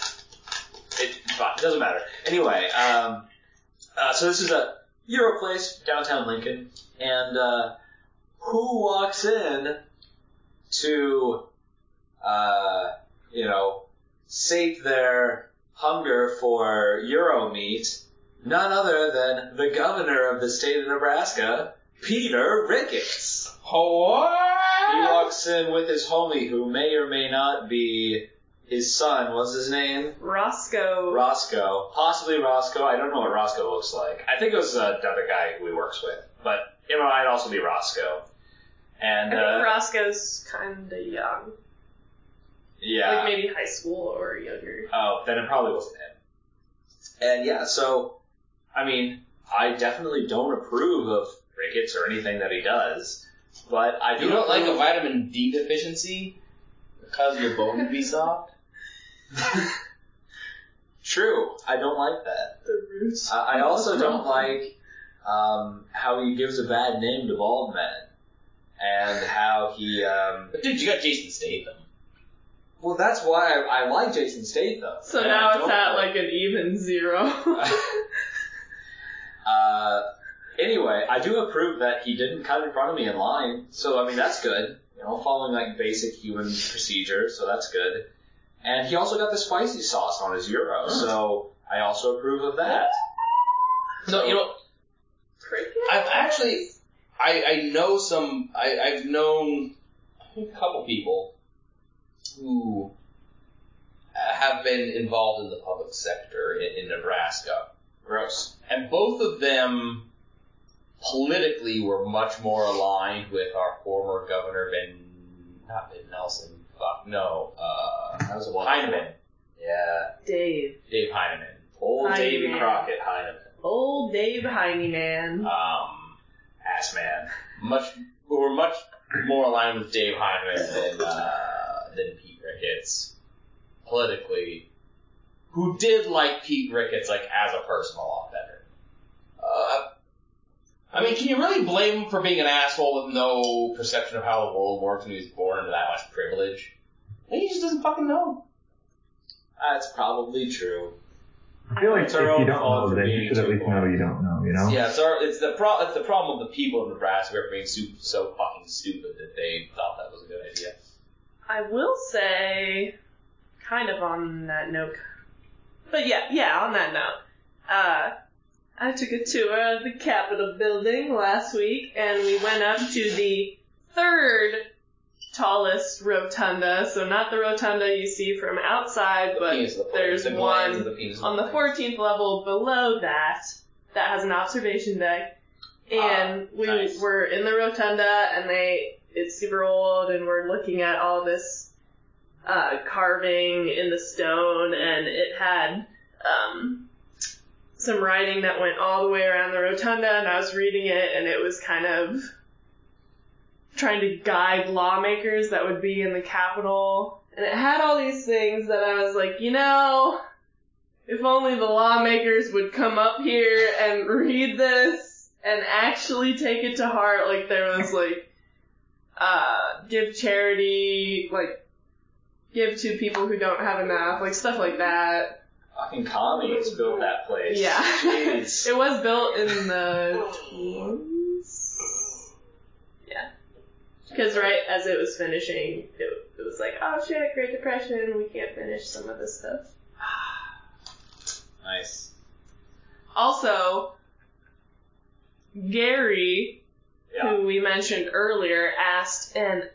A: it, but it doesn't matter. Anyway, um, uh, so this is a Euro place downtown Lincoln, and uh, who walks in to, uh, you know, sate their hunger for Euro meat? None other than the governor of the state of Nebraska, Peter Ricketts. He
B: Uh-huh.
A: walks in with his homie, who may or may not be his son. What's his name?
D: Roscoe.
A: Roscoe. Possibly Roscoe. I don't know what Roscoe looks like. I think it was uh, the other guy who he works with. But it might also be Roscoe.
D: I
A: And,
D: think
A: uh,
D: Roscoe's kind of young, like
A: yeah.
D: maybe high school or younger.
A: Oh, then it probably wasn't him. And yeah, so, I mean, I definitely don't approve of Ricketts or anything that he does. But I do
B: You don't like a
A: approve-
B: vitamin D deficiency because your bones be soft?
A: [LAUGHS] True. I don't like that.
D: The roots.
A: I I also don't like um, how he gives a bad name to bald men, and how he. Um,
B: But dude, you got Jason Statham.
A: well, that's why I, I like Jason Statham.
D: So
A: and I
D: now it's
A: don't
D: at like an even
A: [LAUGHS]
D: zero.
A: Uh, anyway, I do approve that he didn't cut in front of me in line, so I mean that's good. You know, following like basic human procedure, so that's good. And he also got the spicy sauce on his euro, so I also approve of that.
B: No, you know,
D: Cricket?
B: I've actually, I, I know some, I, I've known a couple people who uh, have been involved in the public sector in, in Nebraska.
A: Gross.
B: And both of them politically were much more aligned with our former governor, Ben, not Ben Nelson, fuck, no, uh,
A: That was a one.
B: Heineman. Yeah,
D: Dave.
B: Dave Heineman.
A: Old Davy
D: Heineman.
A: Crockett Heineman.
D: Old Dave Heine man.
B: Um,
A: Ass man.
B: much who were much more aligned with Dave Hyman than uh, than Pete Ricketts politically, who did like Pete Ricketts like as a person a lot better. Uh, I mean, can you really blame him for being an asshole with no perception of how the world works and he was born into that much privilege? He just doesn't fucking know.
A: That's probably true.
C: I feel like
A: It's
C: if
A: our own
C: you don't
A: fault
C: know,
A: for
C: then
A: being
C: you should at
A: too
C: least know you don't know, you know?
B: Yeah, so it's the pro- it's the problem of the people of Nebraska for being so, so fucking stupid that they thought that was a good idea.
D: I will say, kind of on that note, but yeah, yeah, on that note, uh, I took a tour of the Capitol building last week, and we went up to the third tallest rotunda. So not the rotunda you see from outside,
B: The
D: but
B: penis of the plane,
D: there's
B: the
D: one
B: glands of the penis of
D: on the
B: plane.
D: 14th level below that that has an observation deck and we
A: nice.
D: were in the rotunda and they it's super old and we're looking at all this uh, carving in the stone and it had um, some writing that went all the way around the rotunda and i was reading it and it was kind of trying to guide lawmakers that would be in the capitol and it had all these things that i was like you know if only the lawmakers would come up here and read this and actually take it to heart. Like there was like, uh, give charity, like give to people who don't have enough, like stuff like that.
A: Fucking commies built that place.
D: Yeah. [LAUGHS]
A: Jeez.
D: It was built in the 20s. Yeah. Because right as it was finishing, it, it was like, oh shit, Great Depression, we can't finish some of this stuff.
A: nice.
D: Also, Gary,
A: Yeah.
D: who we mentioned earlier, asked an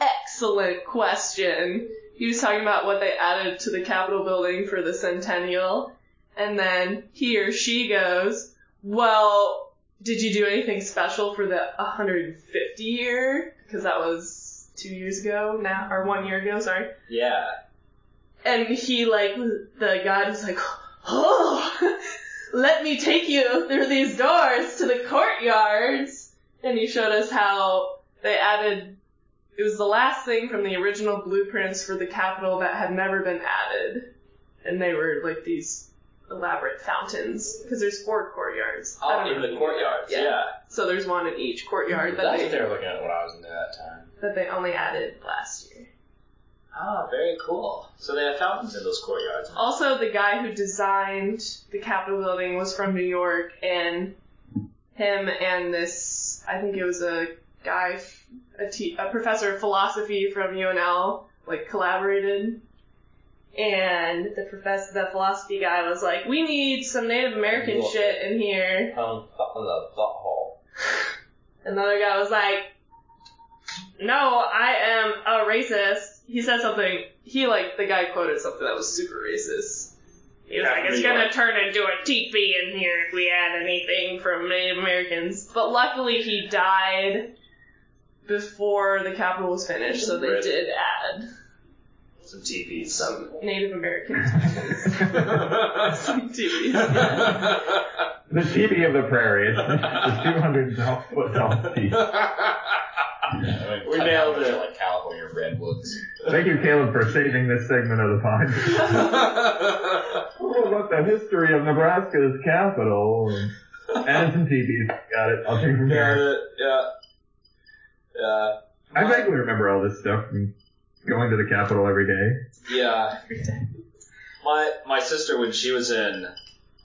D: excellent question. He was talking about what they added to the Capitol building for the centennial, and then he or she goes, "Well, did you do anything special for the 150 year? Because that was two years ago now, or one year ago, sorry."
A: Yeah.
D: and he like the god was like oh [LAUGHS] let me take you through these doors to the courtyards and he showed us how they added it was the last thing from the original blueprints for the capitol that had never been added and they were like these elaborate fountains because there's four courtyards I
A: Oh,
D: don't
A: in
D: know.
A: the courtyards.
D: Yeah.
A: Yeah.
D: so there's one in each courtyard that
E: That's what
D: they,
E: they were looking at when I was in there that time.
D: that they only added last year
A: Ah, very cool. So they have fountains in those courtyards.
D: Also, the guy who designed the Capitol building was from New York, and him and this, I think it was a guy, a, te- a professor of philosophy from UNL, like collaborated. And the professor, the philosophy guy was like, we need some Native American
B: Cool.
D: shit in here.
B: Come on the butthole.
D: Another guy was like, no, I am a racist. He said something, he like, the guy quoted something that was super racist. He was
A: Yeah,
D: like,
A: from
D: it's
A: New
D: gonna
A: York."
D: turn into a teepee in here if we add anything from Native Americans. But luckily he died before the Capitol was finished, so they
A: Right.
D: did add
A: Some [LAUGHS] teepees.
D: some [LAUGHS]
B: [LAUGHS]
C: [LAUGHS]
D: Native Americans. some teepees.
C: The teepee of the prairie. It's the 200 foot tall teepee.
A: We nailed it.
E: Like California
D: [LAUGHS]
E: redwoods.
C: Thank you, Caleb, for saving this segment of the pod. All about the history of Nebraska's capital. And some teepees. Got it. I'll take it from
A: Got
C: here.
A: it. Yeah. Yeah.
C: I vaguely remember all this stuff from going to the Capitol every day.
A: Yeah. My my sister when she was in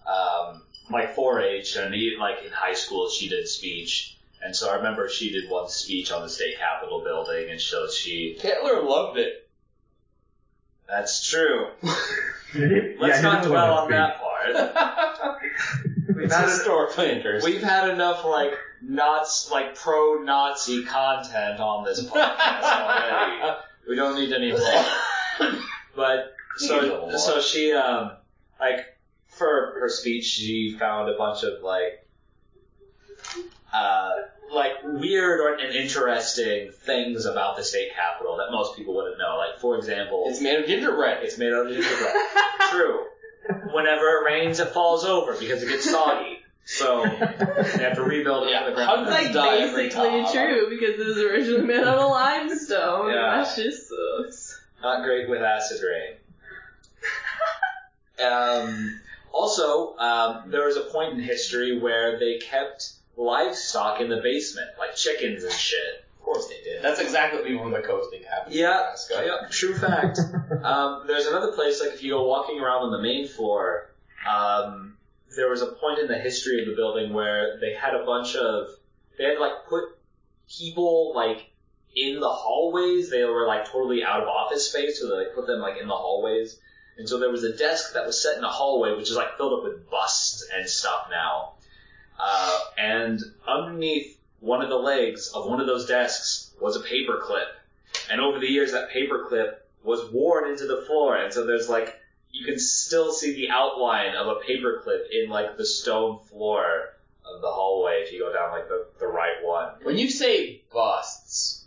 A: um like 4-H and e- like in high school she did speech and so I remember she did one speech on the state capitol building and so she
B: Hitler loved it.
A: that's true.
C: [LAUGHS] Yeah,
A: Let's
C: he
A: not
C: didn't
A: dwell
C: love
A: on
C: that
A: that part.
B: It's historically interesting.
A: We've had enough like Nazi like pro Nazi content
C: [LAUGHS]
A: on this podcast already. We don't need any more.
B: [LAUGHS]
A: But so
B: Ew.
A: so she um like for her speech she found a bunch of like uh like weird or, and interesting things about the state capitol that most people wouldn't know. Like for example,
B: [LAUGHS] It's made of gingerbread.
A: it's made
B: [LAUGHS]
A: out of gingerbread. True. Whenever it rains, it falls over because it gets soggy. So they have to rebuild it
B: Yeah,
A: from the
B: hundreds of Just
D: [LAUGHS] Like
A: ground.
B: die every
D: basically
B: time.
D: true because it was originally made out of limestone.
A: Yeah.
D: That just sucks.
A: Not great with acid rain. Um, also, um, there was a point in history where they kept livestock in the basement, like chickens and shit. Of course they did.
E: That's exactly what people from the coast think happened. in
A: Yeah,
E: Alaska.
A: yeah, true fact. um, there's another place, like if you go walking around on the main floor, um, there was a point in the history of the building where they had a bunch of, they had like put people like in the hallways. They were like totally out of office space, so they like, put them like in the hallways. And so there was a desk that was set in a hallway, which is like filled up with busts and stuff now. Uh, and underneath one of the legs of one of those desks was a paper clip. And over the years, that paper clip was worn into the floor, and so there's like you can still see the outline of a paper clip in like the stone floor of the hallway if you go down like the, the right one.
B: When you say busts,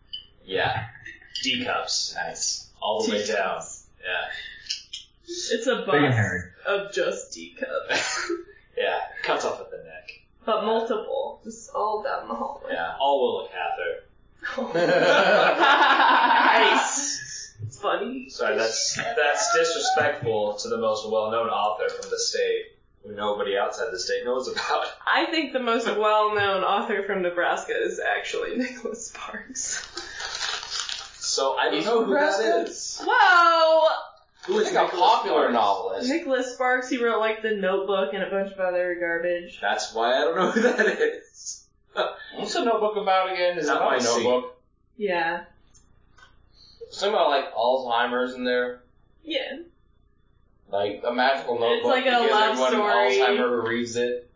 B: [LAUGHS]
A: Yeah. D cups. Nice. All the way down. Yeah.
D: It's a
C: [LAUGHS] Big and
D: bust
C: hairy.
D: of just D cups,
A: yeah. Cuts off at the neck.
D: but multiple, just all down the hallway.
A: Yeah. All Willa Cather.
D: nice. It's funny.
A: Sorry, that's that's disrespectful to the most well known author from the state who nobody outside the state knows about.
D: I think the most well-known author from Nebraska is actually Nicholas Sparks.
A: So I don't
B: He's
A: know who that
B: Nebraska?
A: is.
D: Whoa!
A: Who
B: like a
A: Nicholas
B: popular
A: Sparks?
B: novelist.
D: Nicholas Sparks, he wrote like The Notebook and a bunch of other garbage.
A: That's why I don't know [LAUGHS] who that is.
B: What's the notebook about again? Is
A: Not
B: about
A: my
B: a notebook?
D: Yeah.
B: Something about like Alzheimer's in there.
D: Yeah.
B: Like a magical notebook.
D: like a
B: that gives everyone
D: love story.
B: Alzheimer who reads it.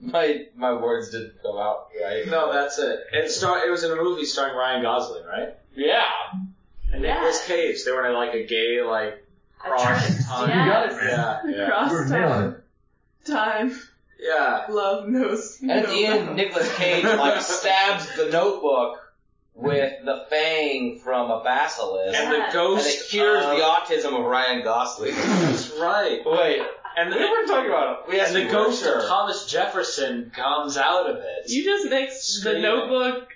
B: My my words didn't come out right.
A: No, that's it. It star- It was in a movie starring Ryan Gosling, right?
B: yeah.
A: And
D: Yeah.
A: Nicholas Cage. They were in like a gay like cross time.
C: You got it, man.
A: Yeah.
E: Yeah.
D: Cross
C: You were nailing
D: time.
C: it.
D: Time.
A: Yeah.
D: Love knows.
B: And at the end, Nicolas Cage like stabs the notebook with the fang from a basilisk,
A: And
B: and,
A: the
D: Yeah.
A: ghost
B: it cures
A: of-
B: the autism of Ryan Gosling.
A: That's right.
B: Wait,
A: And
B: we
A: the,
B: were talking about it.
A: and the ghost of
B: [LAUGHS]
A: Thomas Jefferson comes out of it.
D: You just mixed The
A: Screaming.
D: Notebook,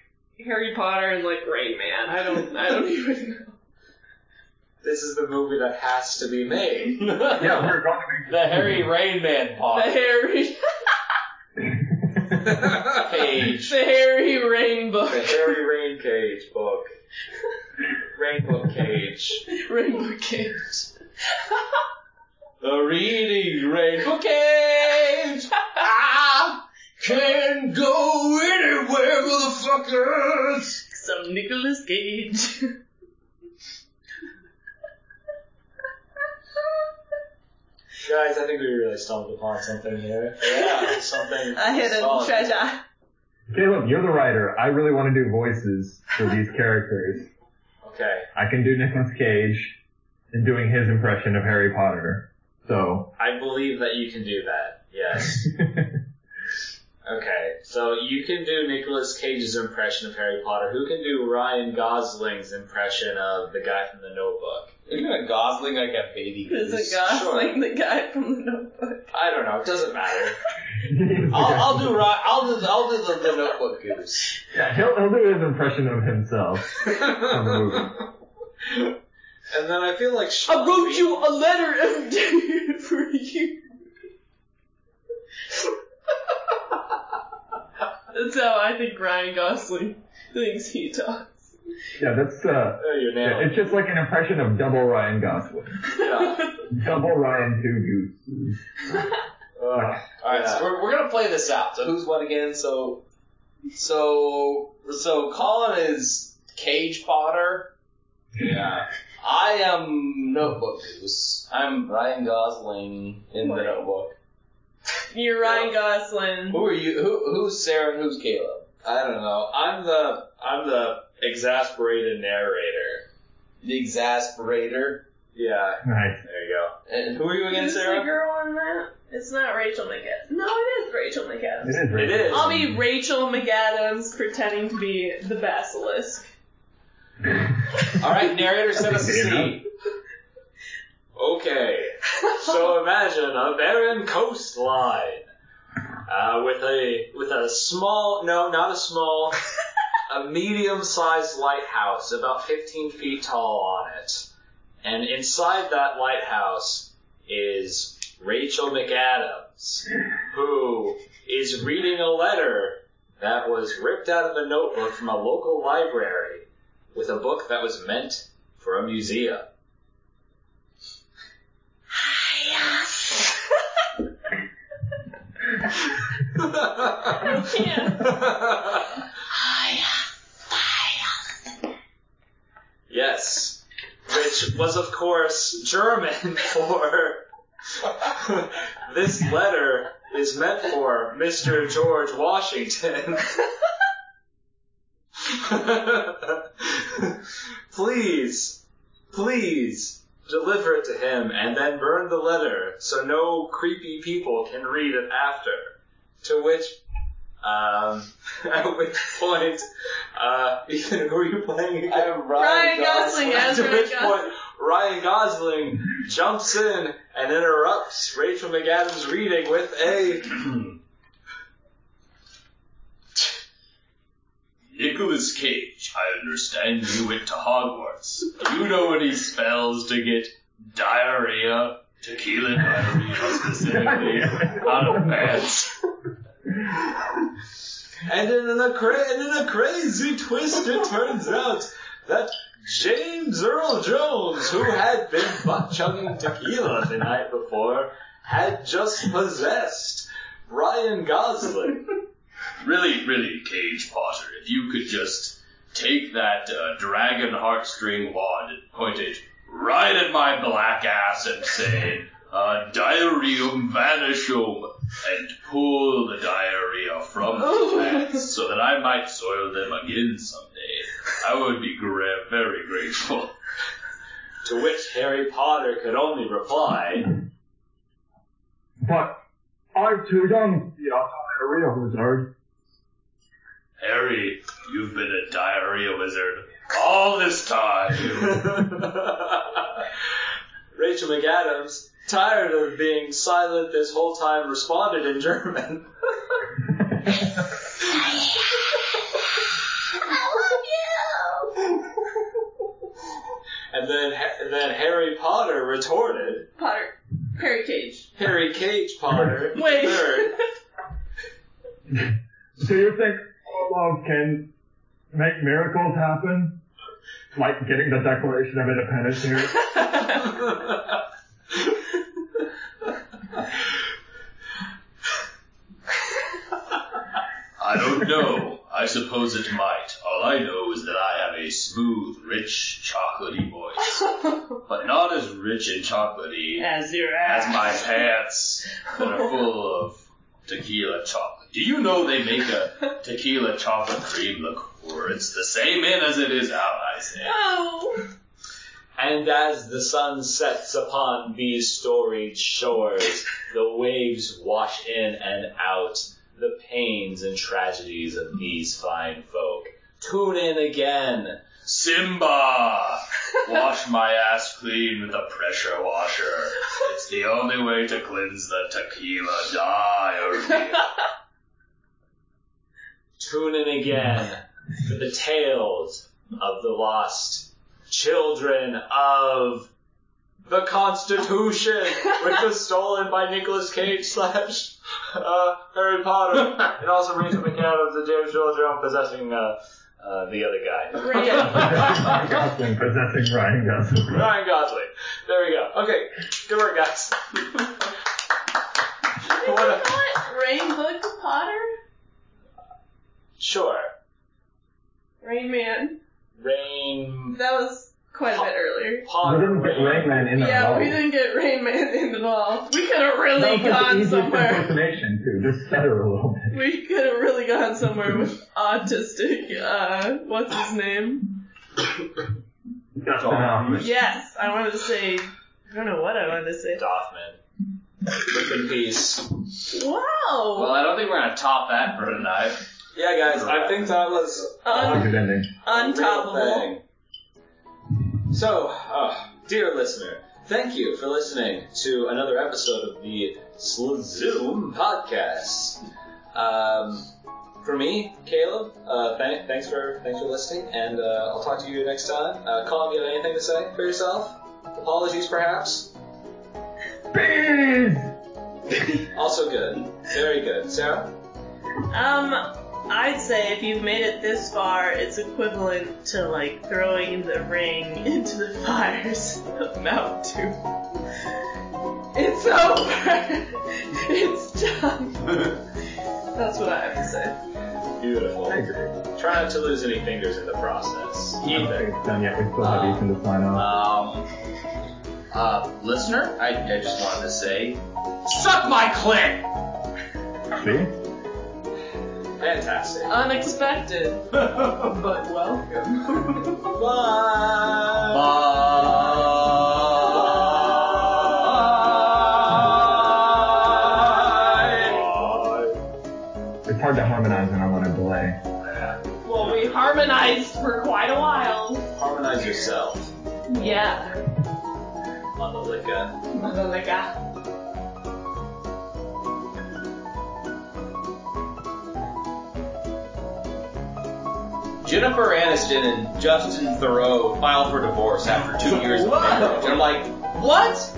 D: Harry Potter, and like Rain Man. I don't. I don't even. know.
A: this is the movie that has to be made.
C: Yeah, we're going to
B: the Harry Rain Man
D: [LAUGHS] The
B: pod.
D: Harry,
B: [LAUGHS] Cage.
D: [LAUGHS] the Harry Rain
A: [LAUGHS] The
D: Book,
A: Harry Rain Cage book. Rain book Cage.
D: Rainbow Cage.
B: The reading rainbow cage. I can go anywhere, motherfuckers.
D: [LAUGHS] Some Nicholas Cage.
A: Guys, I think we really stumbled upon something here.
B: Yeah.
A: [LAUGHS] Something.
D: I hid [LAUGHS] a
A: solid.
D: treasure.
C: Caleb, you're the writer. I really want to do voices for these characters.
A: Okay.
C: I can do Nicolas Cage and doing his impression of Harry Potter. So
A: I believe that you can do that.
C: [LAUGHS]
A: Yes. Okay. So you can do Nicolas Cage's impression of Harry Potter. Who can do Ryan Gosling's impression of the guy from the notebook?
B: Isn't it a Gosling like a baby
D: Is
B: goose?
D: a Gosling, the guy from The Notebook.
A: I don't know. It doesn't matter.
B: I'll, I'll do
A: [LAUGHS]
B: Ro- I'll do I'll do the, the Notebook Goose.
C: [LAUGHS] yeah, he'll, he'll do his impression of himself.
A: from
C: the movie.
A: And then I feel like
D: I wrote you a letter of dear for you. That's how I think Ryan Gosling thinks he talks.
C: Yeah, that's uh,
A: Oh, you're
C: yeah,
A: nailing
C: it's
A: it.
C: just like an impression of double Ryan Gosling,
A: Yeah.
C: double Ryan Two Goose.
A: Ugh.
B: All right,
A: Yeah.
B: so we're, we're gonna play this out. So who's what again? So so so Colin is Cage Potter.
A: yeah.
B: I am Notebook Goose. I'm Ryan Gosling in the Notebook.
D: [LAUGHS] You're Ryan Gosling.
B: Who are you? Who, who's Sarah and who's Caleb?
A: I don't know. I'm the I'm the exasperated narrator.
B: The Exasperator.
A: Yeah.
C: Nice.
A: There you go.
B: And who are you again,
D: Who's the
B: Sarah?
D: girl in that? It's not Rachel McAdams. No, it is Rachel
C: It
D: McAdams.
C: is.
A: It
C: racist.
A: is.
D: I'll be
C: [LAUGHS]
D: [LAUGHS] Rachel McAdams pretending to be the basilisk.
B: All right, narrator, set us a
C: [LAUGHS] Yeah.
B: scene.
A: Okay.
D: [LAUGHS]
A: So imagine a barren coastline uh, with a with a small no not a small a medium sized lighthouse about 15 feet tall on it, and inside that lighthouse is Rachel McAdams, who is reading a letter that was ripped out of a notebook from a local library with a book that was meant for a museum.
D: [LAUGHS] I can't.
A: I [LAUGHS] is meant for Mr. George Washington. [LAUGHS] [LAUGHS] please, please deliver it to him and then burn the letter so no creepy people can read it after. To which, um, [LAUGHS] at which point, uh, [LAUGHS] Ethan, who are you playing again?
B: I'm
D: Ryan Gosling as
A: to
D: Ryan
A: which
D: Gosling.
A: point Ryan Gosling jumps in and interrupts Rachel McAdams' reading with a
E: Nicholas Cage, I understand you went to Hogwarts. Do you know any spells to get diarrhea, tequila diarrhea specifically, out of pants?
A: and in, a cra- and in a crazy twist it turns out that James Earl Jones, who had been butt chugging tequila the night before, had just possessed Ryan Gosling.
E: Really, really, Cage Potter, if you could just take that uh, dragon heartstring wand and point it right at my black ass and say, uh, diarrheum vanishum, and pull the diarrhea from the
D: Oh,
E: plants so that I might soil them again someday. I would be gra- very grateful.
A: To which Harry Potter could only reply,
C: But I'm too young to be a diarrhea wizard.
E: Harry, you've been a diarrhea wizard all this time.
A: [LAUGHS] Rachel McAdams, tired of being silent this whole time, responded in German. And then, and then Harry Potter retorted,
D: Potter. Harry Cage.
A: Harry Cage
E: [LAUGHS]
A: Potter,
D: Wait. [LAUGHS]
A: third,
C: Do you think love can make miracles happen? Like getting the Declaration of Independence here?
D: [LAUGHS]
E: I don't know. Oh, I suppose it might. All I know is that I have a smooth, rich, chocolatey voice. But not as rich and chocolatey
D: As your
E: as my pants that are full of tequila chocolate. Do you know they make a tequila chocolate cream liqueur? It's the same in as it is out, I say.
D: Oh.
A: And as the sun sets upon these storied shores, the waves wash in and out the pains and tragedies of these fine folk. Tune in again.
E: Simba! Wash my ass clean with a pressure washer. It's the only way to cleanse the tequila diarrhea.
A: Tune in again for the tales of the lost children of the Constitution, which was stolen by Nicolas Cage slash uh, Harry Potter, and also Rachel McAdams and James Earl Jones possessing uh, uh, the other guy.
C: Ryan Gosling possessing Ryan Gosling.
A: [LAUGHS] Ryan Gosling. There we go. Okay, good work, guys. What a-
D: Rain Hood Potter?
A: sure.
D: Rain Man.
A: Rain.
D: That was quite a bit earlier.
C: We
A: Potter.
C: didn't get Rain Man in the
D: Yeah,
C: novel.
D: we didn't get Rain Man in at all. We could have
C: That
D: really
C: was like the
D: gone
C: easiest
D: somewhere.
C: impersonation to just stutter a little [LAUGHS] bit.
D: We could have really gone somewhere with autistic, uh, what's his name?
C: Dustin Hoffman.
D: Yes, I wanted to say, I don't know what I wanted to say.
A: Doffman. Rest in peace.
E: Well,
D: Wow!
E: I don't think we're gonna top that for tonight.
A: Yeah, guys, I think that was
C: That's a
D: Un-
C: good ending.
D: untoppable.
A: Real thing. So, uh, dear listener, thank you for listening to another episode of the Sl- Zoom podcast. Um, for me, Caleb, uh, thank, thanks for thanks for listening, and uh, I'll talk to you next time. Uh, Colin, do you have anything to say for yourself? Apologies, perhaps. Also good, very good. Sarah,
D: Um, I'd say if you've made it this far, it's equivalent to like throwing the ring [LAUGHS] into the fires of Mount Doom. It's over. [LAUGHS] it's done. That's what I have to say.
A: beautiful.
C: I agree.
A: Try not to lose any fingers in the process.
C: I don't think it's done yet. We still have Ethan to sign off.
B: Um, uh, listener, I, I just wanted to say, suck my clit!
C: See?
A: Fantastic. [LAUGHS]
D: Unexpected, but welcome.
A: Bye.
C: It's hard to harmonize when I'm on a delay.
D: well, we harmonized for quite a while.
A: Harmonize yourself
D: Yeah.
A: on the liquor.
D: Malalika.
B: Jennifer Aniston and Justin Thoreau filed for divorce after two years of marriage. And I'm like, what?